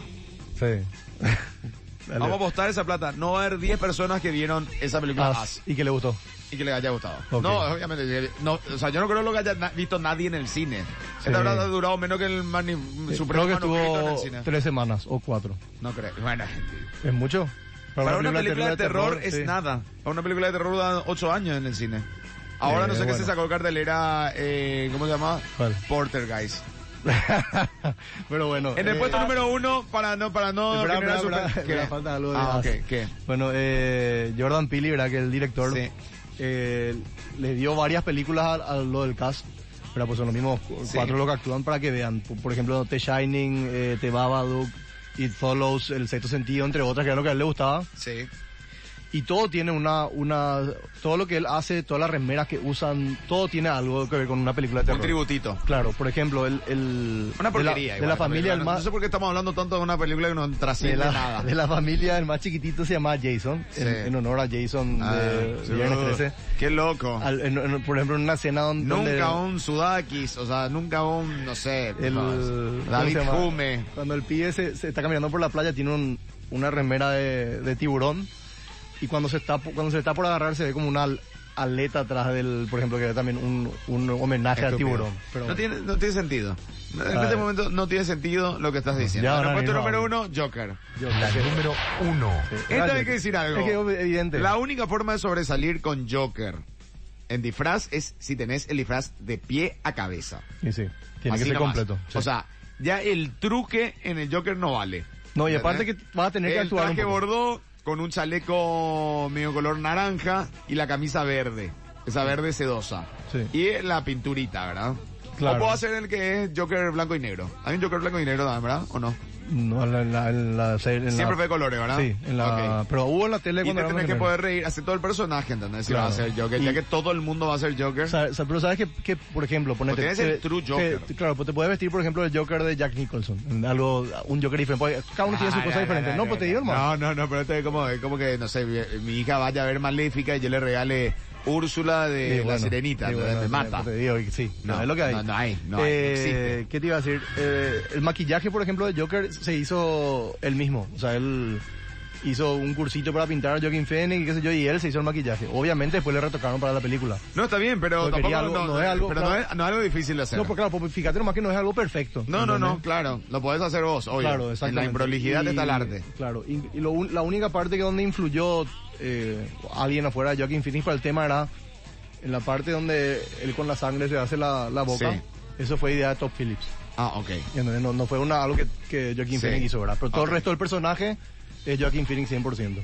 [SPEAKER 3] Sí. Dale.
[SPEAKER 2] Vamos a apostar esa plata. No va a haber 10 personas que vieron esa película
[SPEAKER 3] Us.
[SPEAKER 2] As
[SPEAKER 3] ¿Y que le gustó?
[SPEAKER 2] y que les haya gustado.
[SPEAKER 3] Ok.
[SPEAKER 2] No, obviamente. No, o sea, yo no creo lo que haya na- visto nadie en el cine.
[SPEAKER 3] Sí. Eh,
[SPEAKER 2] Esta habrá durado menos que el mani, supremo
[SPEAKER 3] Creo que
[SPEAKER 2] manuscrito en el
[SPEAKER 3] estuvo
[SPEAKER 2] cine.
[SPEAKER 3] tres semanas o cuatro.
[SPEAKER 2] No creo. Bueno,
[SPEAKER 3] ¿Es mucho?
[SPEAKER 2] para una película de terror, es
[SPEAKER 3] sí.
[SPEAKER 2] nada. Para una película de terror duran 8 años en el cine. Ahora
[SPEAKER 3] Eh,
[SPEAKER 2] no sé qué
[SPEAKER 3] bueno.
[SPEAKER 2] se sacó el cartelera, eh, ¿cómo se llama? Porter, guys.
[SPEAKER 3] Eh, Pero bueno.
[SPEAKER 2] En el
[SPEAKER 3] eh,
[SPEAKER 2] puesto número uno, para no, para no
[SPEAKER 3] Espera,
[SPEAKER 2] generar
[SPEAKER 3] espera,
[SPEAKER 2] suspe-
[SPEAKER 3] espera,
[SPEAKER 2] ¿Qué?
[SPEAKER 3] me falta algo de
[SPEAKER 2] Ah,
[SPEAKER 3] As.
[SPEAKER 2] ok, ¿qué?
[SPEAKER 3] Bueno, eh, Jordan Peele, ¿verdad? Que el director eh, le dio varias películas a, a lo del cast. Pero pues son los mismos cu-
[SPEAKER 2] Sí.
[SPEAKER 3] cuatro los que actúan para que vean. Por, por ejemplo, The Shining, eh, The Babadook, It Follows, El Sexto Sentido, entre otras, que era lo que a él le gustaba.
[SPEAKER 2] Sí.
[SPEAKER 3] Y todo tiene una, una, todo lo que él hace, todas las remeras que usan, todo tiene algo que ver con una película de terror.
[SPEAKER 2] Un tributito.
[SPEAKER 3] Claro, por ejemplo, el, el
[SPEAKER 2] Una porquería.
[SPEAKER 3] de la, de
[SPEAKER 2] igual,
[SPEAKER 3] la
[SPEAKER 2] esta
[SPEAKER 3] familia
[SPEAKER 2] película.
[SPEAKER 3] del
[SPEAKER 2] no,
[SPEAKER 3] más
[SPEAKER 2] no sé por qué estamos hablando tanto de una película que no
[SPEAKER 3] de
[SPEAKER 2] trasciende
[SPEAKER 3] la,
[SPEAKER 2] nada.
[SPEAKER 3] de la familia, el más chiquitito se llama Jason, en, en honor a Jason
[SPEAKER 2] Ah,
[SPEAKER 3] de
[SPEAKER 2] sí,
[SPEAKER 3] Viernes
[SPEAKER 2] uh,
[SPEAKER 3] 13.
[SPEAKER 2] Qué loco.
[SPEAKER 3] Al- en- en- por ejemplo, en una escena don- donde...
[SPEAKER 2] Nunca un Sudakis, o sea, nunca un, no sé,
[SPEAKER 3] el,
[SPEAKER 2] no,
[SPEAKER 3] ¿cómo
[SPEAKER 2] David
[SPEAKER 3] se llama?
[SPEAKER 2] Hume.
[SPEAKER 3] Cuando el pibe se, se está caminando por la playa, tiene un- una remera de, de tiburón y cuando se está po- cuando se está por agarrar se ve como una al- aleta atrás del, por ejemplo, que era también un, un homenaje al
[SPEAKER 2] Estúpido.
[SPEAKER 3] tiburón. Pero
[SPEAKER 2] no, tiene, no tiene sentido. En
[SPEAKER 3] Ah,
[SPEAKER 2] este momento no tiene sentido lo que estás diciendo.
[SPEAKER 3] Ya,
[SPEAKER 2] Bueno,
[SPEAKER 3] ahora
[SPEAKER 2] puesto
[SPEAKER 3] mismo.
[SPEAKER 2] número uno, Joker.
[SPEAKER 3] La número
[SPEAKER 2] uno. Esta
[SPEAKER 3] eh, Gracias.
[SPEAKER 2] hay que decir algo.
[SPEAKER 3] Es que es evidente.
[SPEAKER 2] La única forma de sobresalir con Joker en disfraz es si tenés el disfraz de pie a cabeza.
[SPEAKER 3] Y sí, tiene
[SPEAKER 2] Así
[SPEAKER 3] que ser
[SPEAKER 2] nomás.
[SPEAKER 3] completo. sí.
[SPEAKER 2] O sea, ya el truque en el Joker no vale.
[SPEAKER 3] no, y aparte que
[SPEAKER 2] ¿Entendés?
[SPEAKER 3] vas a tener que
[SPEAKER 2] el
[SPEAKER 3] actuar un
[SPEAKER 2] traje
[SPEAKER 3] poco.
[SPEAKER 2] bordó con un chaleco medio color naranja y la camisa verde. Esa verde sedosa.
[SPEAKER 3] Sí.
[SPEAKER 2] Y la pinturita, ¿verdad?
[SPEAKER 3] Claro.
[SPEAKER 2] O puedo hacer el que es Joker blanco y negro. Hay un Joker blanco y negro, también, ¿verdad? ¿O no?
[SPEAKER 3] No, en la, en la- en la serie- en la-
[SPEAKER 2] Siempre fue de colores, ¿verdad?
[SPEAKER 3] Sí, en la, pero hubo en la tele
[SPEAKER 2] Y
[SPEAKER 3] cuando
[SPEAKER 2] te
[SPEAKER 3] éramos
[SPEAKER 2] tenés que
[SPEAKER 3] gemelos.
[SPEAKER 2] poder reír, hacer todo el personaje, ¿entendés? Si
[SPEAKER 3] Claro.
[SPEAKER 2] vas a ser Joker, ya
[SPEAKER 3] Y-
[SPEAKER 2] que todo el mundo va a ser Joker.
[SPEAKER 3] O sea, o sea, pero sabes que, que, por ejemplo, ponete...
[SPEAKER 2] Pues tienes el true
[SPEAKER 3] te-
[SPEAKER 2] Joker.
[SPEAKER 3] te- claro, pues te puedes vestir, por ejemplo, el Joker de Jack Nicholson. Algo, un Joker diferente. porque Cada uno tiene su
[SPEAKER 2] Ah,
[SPEAKER 3] cosa
[SPEAKER 2] no,
[SPEAKER 3] diferente. No, pues te digo,
[SPEAKER 2] No,
[SPEAKER 3] hermano.
[SPEAKER 2] no, no, pero esto es como, es como que, no sé, mi, mi hija vaya a ver Maléfica y yo le regale Úrsula de
[SPEAKER 3] Sí,
[SPEAKER 2] eh, La
[SPEAKER 3] bueno,
[SPEAKER 2] Sirenita,
[SPEAKER 3] sí,
[SPEAKER 2] ¿entendés?
[SPEAKER 3] bueno,
[SPEAKER 2] me mata.
[SPEAKER 3] pues te digo, y sí,
[SPEAKER 2] No,
[SPEAKER 3] no, es lo que hay.
[SPEAKER 2] no, no hay, no hay, no
[SPEAKER 3] Eh,
[SPEAKER 2] existe.
[SPEAKER 3] ¿Qué te iba a decir? Eh, el maquillaje, por ejemplo, de Joker se hizo él mismo. O sea, él hizo un cursito para pintar a Joaquin Phoenix y qué sé yo, y él se hizo el maquillaje. Obviamente después le retocaron para la película.
[SPEAKER 2] No, está bien, pero
[SPEAKER 3] Porque
[SPEAKER 2] tampoco
[SPEAKER 3] quería algo-
[SPEAKER 2] no,
[SPEAKER 3] no es algo-
[SPEAKER 2] pero no,
[SPEAKER 3] claro.
[SPEAKER 2] es, no es algo difícil de hacer.
[SPEAKER 3] No, porque claro, porque fíjate nomás que no es algo perfecto.
[SPEAKER 2] no, no, no,
[SPEAKER 3] ¿entendés?
[SPEAKER 2] claro, lo podés hacer vos, obvio.
[SPEAKER 3] Claro,
[SPEAKER 2] en
[SPEAKER 3] exactamente.
[SPEAKER 2] la improlijidad
[SPEAKER 3] Y-
[SPEAKER 2] está el arte.
[SPEAKER 3] Claro, y, y lo un- la única parte que donde influyó eh, alguien afuera de Joaquin Phoenix para el tema era en la parte donde él con la sangre se hace la, la boca.
[SPEAKER 2] Sí.
[SPEAKER 3] Eso fue idea de Top Phillips.
[SPEAKER 2] Ah, ok.
[SPEAKER 3] Entonces, No, no fue una, algo que, que Joaquin
[SPEAKER 2] Sí.
[SPEAKER 3] Phoenix hizo, ¿verdad? Pero todo
[SPEAKER 2] Ok.
[SPEAKER 3] el resto del personaje es Joaquin Phoenix 100%.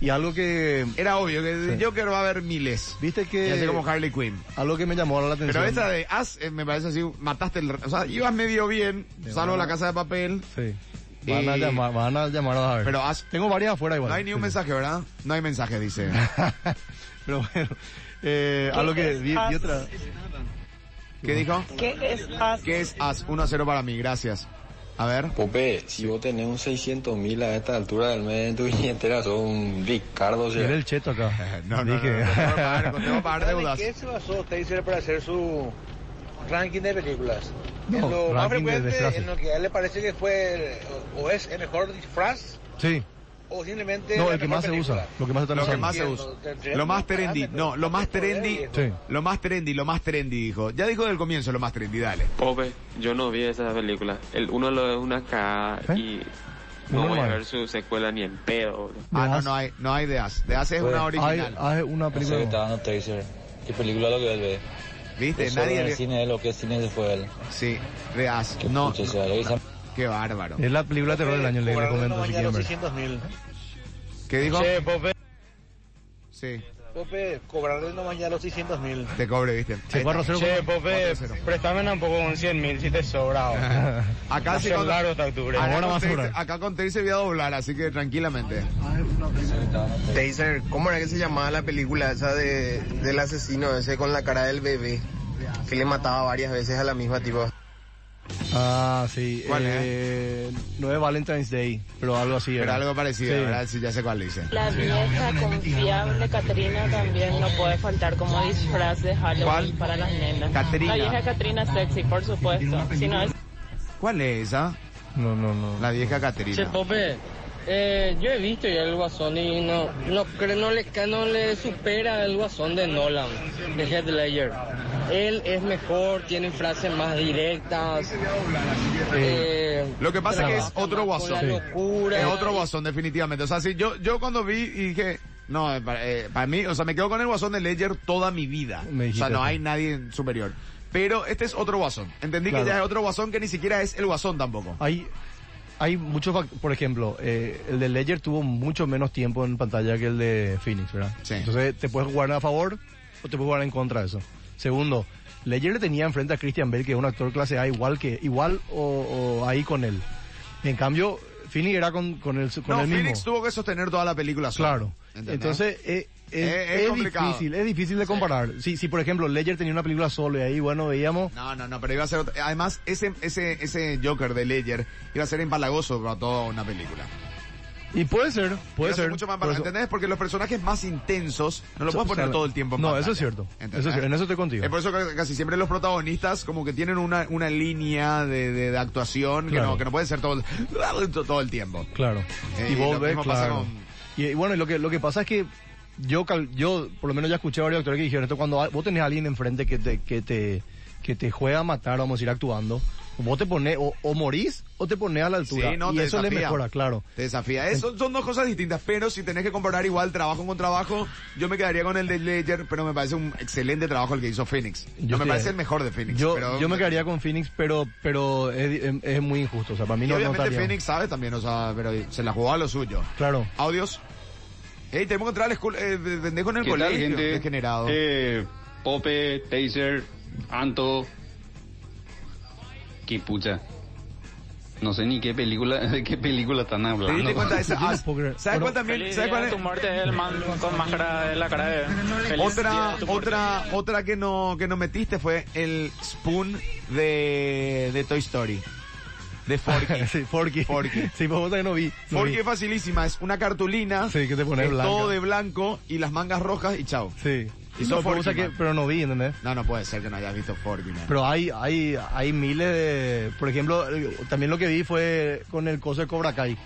[SPEAKER 3] Y algo que...
[SPEAKER 2] Era obvio que
[SPEAKER 3] Sí.
[SPEAKER 2] Joker va a haber miles.
[SPEAKER 3] Viste que...
[SPEAKER 2] Y así como Harley Quinn.
[SPEAKER 3] Algo que me llamó la atención.
[SPEAKER 2] Pero esa de As eh, me parece así, mataste el... O sea, ibas medio bien, salvo la casa de papel.
[SPEAKER 3] Sí. Van a
[SPEAKER 2] Y-
[SPEAKER 3] llamar, van a llamar a ver.
[SPEAKER 2] Pero As...
[SPEAKER 3] Tengo varias afuera igual.
[SPEAKER 2] No hay ni un
[SPEAKER 3] Sí, sí.
[SPEAKER 2] mensaje, ¿verdad? No hay mensaje, dice.
[SPEAKER 3] Pero bueno, eh, algo que vi,
[SPEAKER 19] Ah,
[SPEAKER 3] vi otra.
[SPEAKER 2] ¿Qué dijo?
[SPEAKER 17] ¿Qué es As?
[SPEAKER 2] ¿Qué es As? 1 a 0 para mí, gracias. A ver.
[SPEAKER 20] Pope, si vos tenés un 600 mil a esta altura del mes en tu billetera, sos un Ricardo.
[SPEAKER 3] Era el cheto acá.
[SPEAKER 2] No,
[SPEAKER 3] Dije.
[SPEAKER 15] ¿En qué se basó Taser para hacer su ranking de películas?
[SPEAKER 3] No,
[SPEAKER 15] en lo
[SPEAKER 3] ranking
[SPEAKER 15] más
[SPEAKER 3] de
[SPEAKER 15] frecuente,
[SPEAKER 3] disfraces.
[SPEAKER 15] en lo que a él le parece que fue el- o es el mejor disfraz
[SPEAKER 3] Sí.
[SPEAKER 15] o simplemente
[SPEAKER 3] No,
[SPEAKER 15] la
[SPEAKER 3] el que
[SPEAKER 15] mejor
[SPEAKER 3] más se
[SPEAKER 15] película.
[SPEAKER 3] usa. Lo que más se está
[SPEAKER 2] Lo que
[SPEAKER 3] usando.
[SPEAKER 2] más se usa. Lo más trendy. No, lo más trendy.
[SPEAKER 3] Sí.
[SPEAKER 2] Lo más trendy, lo más trendy, dijo. Ya dijo del comienzo lo más trendy, dale.
[SPEAKER 19] Pobre, yo no vi esa película. El uno lo es una cagada Ah, y
[SPEAKER 3] Uno
[SPEAKER 19] No voy a
[SPEAKER 3] normal.
[SPEAKER 19] ver su secuela ni en pedo. bro.
[SPEAKER 2] Ah, no, no hay, no hay de As. De As es una original.
[SPEAKER 3] Hay, hay una
[SPEAKER 20] No sé
[SPEAKER 3] película.
[SPEAKER 20] qué está dando Tracer. ¿Qué película lo que él ve?
[SPEAKER 2] ¿Viste?
[SPEAKER 20] Yo solo
[SPEAKER 2] Nadie
[SPEAKER 20] en
[SPEAKER 2] ve-
[SPEAKER 20] el cine es lo que es cine se fue él.
[SPEAKER 2] Sí, de As. No. Qué bárbaro.
[SPEAKER 3] Es la película de terror del año, le, le comento si quieren ver.
[SPEAKER 15] mil.
[SPEAKER 2] ¿Qué dijo?
[SPEAKER 15] Che, Pope,
[SPEAKER 2] Sí,
[SPEAKER 15] Pope, cobrarle nomás ya los 600 mil.
[SPEAKER 2] te cobre, ¿viste? Ahí está.
[SPEAKER 15] Che, Pope, préstame un poco con 100 mil si te sobrado.
[SPEAKER 2] Acá sí con-
[SPEAKER 15] largo hasta octubre.
[SPEAKER 2] Acá con Taser- Acá con Taser voy a doblar, así que tranquilamente.
[SPEAKER 7] Taser, ¿cómo era que se llamaba la película esa de, del asesino ese con la cara del bebé? Que le mataba varias veces a la misma tipo.
[SPEAKER 3] Ah, sí.
[SPEAKER 7] ¿Cuál
[SPEAKER 3] eh, No es Valentine's Day, pero algo así.
[SPEAKER 2] Pero
[SPEAKER 3] era.
[SPEAKER 2] algo parecido,
[SPEAKER 3] Sí.
[SPEAKER 2] ¿verdad? Sí, ya sé cuál dice.
[SPEAKER 17] La vieja confiable Catrina también no puede faltar como disfraz de Halloween
[SPEAKER 2] ¿Cuál?
[SPEAKER 17] para las nenas.
[SPEAKER 2] Catrina.
[SPEAKER 17] La vieja Catrina sexy, por supuesto. Si no es
[SPEAKER 2] ¿Cuál es esa?
[SPEAKER 3] No, no, no.
[SPEAKER 2] La vieja Caterina.
[SPEAKER 21] Pope, eh, yo he visto ya el guasón y no, no creo, no le, ca- no le supera el guasón de Nolan, de Heath Ledger. Él es mejor, tiene frases más directas. eh,
[SPEAKER 2] Lo que pasa es que es
[SPEAKER 21] trabaja
[SPEAKER 2] otro
[SPEAKER 21] más con la
[SPEAKER 2] guasón.
[SPEAKER 21] locura.
[SPEAKER 2] Es otro guasón, definitivamente. O sea, sí, yo, yo cuando vi y dije, no, eh, para, eh, para mí, o sea, me quedo con el guasón de Ledger toda mi vida.
[SPEAKER 3] Me
[SPEAKER 2] O
[SPEAKER 3] dijiste
[SPEAKER 2] sea, no
[SPEAKER 3] eso.
[SPEAKER 2] hay nadie superior. Pero este es otro guasón. Entendí
[SPEAKER 3] Claro.
[SPEAKER 2] que ya es otro guasón que ni siquiera es el guasón tampoco.
[SPEAKER 3] Hay, hay muchos, fac- por ejemplo, eh, el de Ledger tuvo mucho menos tiempo en pantalla que el de Phoenix, ¿verdad? Entonces te puedes jugar a favor o te puedes jugar en contra de eso. Segundo, Ledger le tenía enfrente a Christian Bale, que es un actor clase A igual que, igual o, o ahí con él. En cambio, Phoenix era con, con él, con
[SPEAKER 2] no,
[SPEAKER 3] él mismo.
[SPEAKER 2] Phoenix tuvo que sostener toda la película solo.
[SPEAKER 3] Claro.
[SPEAKER 2] ¿Entendés?
[SPEAKER 3] Entonces, eh, es,
[SPEAKER 2] Es- es
[SPEAKER 3] es
[SPEAKER 2] complicado.
[SPEAKER 3] difícil, es difícil de comparar. Si, si por ejemplo Ledger tenía una película solo y ahí, bueno, veíamos
[SPEAKER 2] No, no, no, pero iba a ser... otra- Además, ese, ese, ese Joker de Ledger iba a ser empalagoso para toda una película.
[SPEAKER 3] Y puede ser,
[SPEAKER 2] Iba
[SPEAKER 3] puede
[SPEAKER 2] a ser
[SPEAKER 3] ser.
[SPEAKER 2] mucho más
[SPEAKER 3] Por
[SPEAKER 2] para,
[SPEAKER 3] eso-
[SPEAKER 2] ¿entendés? Porque los personajes más intensos no los
[SPEAKER 3] So-
[SPEAKER 2] puedes poner
[SPEAKER 3] sale-
[SPEAKER 2] todo el tiempo en
[SPEAKER 3] No,
[SPEAKER 2] pantalla.
[SPEAKER 3] eso es cierto.
[SPEAKER 2] ¿entendés?
[SPEAKER 3] Eso es cierto, en eso estoy contigo.
[SPEAKER 2] Es por eso que casi siempre los protagonistas como que tienen una, una línea de, de, de actuación que,
[SPEAKER 3] Claro.
[SPEAKER 2] no, que no puede ser todo, el- todo el tiempo.
[SPEAKER 3] Claro.
[SPEAKER 2] Eh,
[SPEAKER 3] y
[SPEAKER 2] y
[SPEAKER 3] vos
[SPEAKER 2] lo
[SPEAKER 3] ves,
[SPEAKER 2] mismo pasa
[SPEAKER 3] claro.
[SPEAKER 2] con-
[SPEAKER 3] Y, y bueno, y lo que, lo que pasa es que yo, cal- yo por lo menos ya escuché a varios actores que dijeron esto, cuando hay- vos tenés a alguien enfrente que te, que te, que te juega a matar, vamos a ir actuando, vos te pones, o, o morís, o te pones a la altura.
[SPEAKER 2] Sí, no,
[SPEAKER 3] y
[SPEAKER 2] te
[SPEAKER 3] eso le
[SPEAKER 2] desafía.
[SPEAKER 3] mejora, claro.
[SPEAKER 2] Te desafía. Es- son- son dos cosas distintas, pero si tenés que comparar igual trabajo con trabajo, yo me quedaría con el de Ledger, pero me parece un excelente trabajo el que hizo Phoenix.
[SPEAKER 3] Yo
[SPEAKER 2] no me
[SPEAKER 3] estoy-
[SPEAKER 2] parece el mejor de Phoenix.
[SPEAKER 3] Yo,
[SPEAKER 2] pero,
[SPEAKER 3] yo me quedaría con Phoenix, pero, pero es, es- es muy injusto. O sea, para mí
[SPEAKER 2] Y
[SPEAKER 3] no, no
[SPEAKER 2] obviamente
[SPEAKER 3] estaría.
[SPEAKER 2] Phoenix sabe también, o sea, pero se la jugaba a lo suyo.
[SPEAKER 3] Claro.
[SPEAKER 2] Audios. Ey, tenemos que entrar al escu- eh, pendejo en el
[SPEAKER 22] ¿Qué tal,
[SPEAKER 2] colegio.
[SPEAKER 22] gente?
[SPEAKER 2] Degenerado.
[SPEAKER 22] Eh, Pope, Taser, Anto. Qué pucha. No sé ni qué película, de qué película están hablando.
[SPEAKER 2] ¿Te diste cuenta? Esa- ah, ¿Sabes cuál también?
[SPEAKER 19] Feliz día
[SPEAKER 2] ¿Sabes cuál
[SPEAKER 19] de
[SPEAKER 2] es?
[SPEAKER 19] tu muerte, el man con máscara de la cara de... Feliz día
[SPEAKER 2] Otra,
[SPEAKER 19] de tu muerte.
[SPEAKER 2] otra, otra que no, que no metiste fue el Spoon de, de Toy Story. De Forky.
[SPEAKER 3] sí, Forky.
[SPEAKER 2] Forky.
[SPEAKER 3] Sí, pues vos sabés que no vi. no
[SPEAKER 2] Forky
[SPEAKER 3] vi.
[SPEAKER 2] es facilísima, es una cartulina.
[SPEAKER 3] Sí, que te pones
[SPEAKER 2] es
[SPEAKER 3] blanca.
[SPEAKER 2] Todo de blanco y las mangas rojas y chao.
[SPEAKER 3] Sí.
[SPEAKER 2] Y son
[SPEAKER 3] No, pero,
[SPEAKER 2] Forky,
[SPEAKER 3] o sea que-
[SPEAKER 2] man.
[SPEAKER 3] pero no vi, ¿entendés?
[SPEAKER 2] No, no puede ser que no hayas visto Forky, man.
[SPEAKER 3] Pero hay, hay, hay miles de, por ejemplo, el- también lo que vi fue con el coso de Cobra Kai.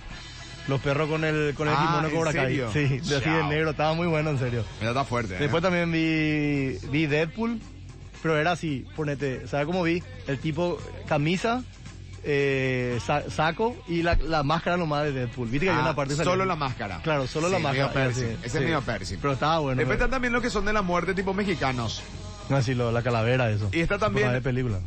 [SPEAKER 3] Los perros con el, con el
[SPEAKER 2] Ah,
[SPEAKER 3] kimono de
[SPEAKER 2] ¿en
[SPEAKER 3] Cobra Kai.
[SPEAKER 2] serio?
[SPEAKER 3] Sí, de así de
[SPEAKER 2] Chao.
[SPEAKER 3] negro, estaba muy bueno, en serio.
[SPEAKER 2] Mira, está fuerte. ¿eh?
[SPEAKER 3] Después también vi, vi Deadpool, pero era así, ponete, ¿sabes cómo vi? El tipo, camisa, eh, sa- saco y la, la máscara nomás de Deadpool. Viste que
[SPEAKER 2] Ah,
[SPEAKER 3] había una parte
[SPEAKER 2] solo
[SPEAKER 3] saliendo?
[SPEAKER 2] la máscara.
[SPEAKER 3] Claro, solo
[SPEAKER 2] Sí,
[SPEAKER 3] la
[SPEAKER 2] medio
[SPEAKER 3] máscara.
[SPEAKER 2] Percy.
[SPEAKER 3] así,
[SPEAKER 2] Ese es medio Percy.
[SPEAKER 3] Pero estaba bueno.
[SPEAKER 2] Después
[SPEAKER 3] pero-
[SPEAKER 2] están también los que son de la muerte tipo mexicanos.
[SPEAKER 3] no, así, lo- la calavera, eso.
[SPEAKER 2] Y está también-
[SPEAKER 3] de película.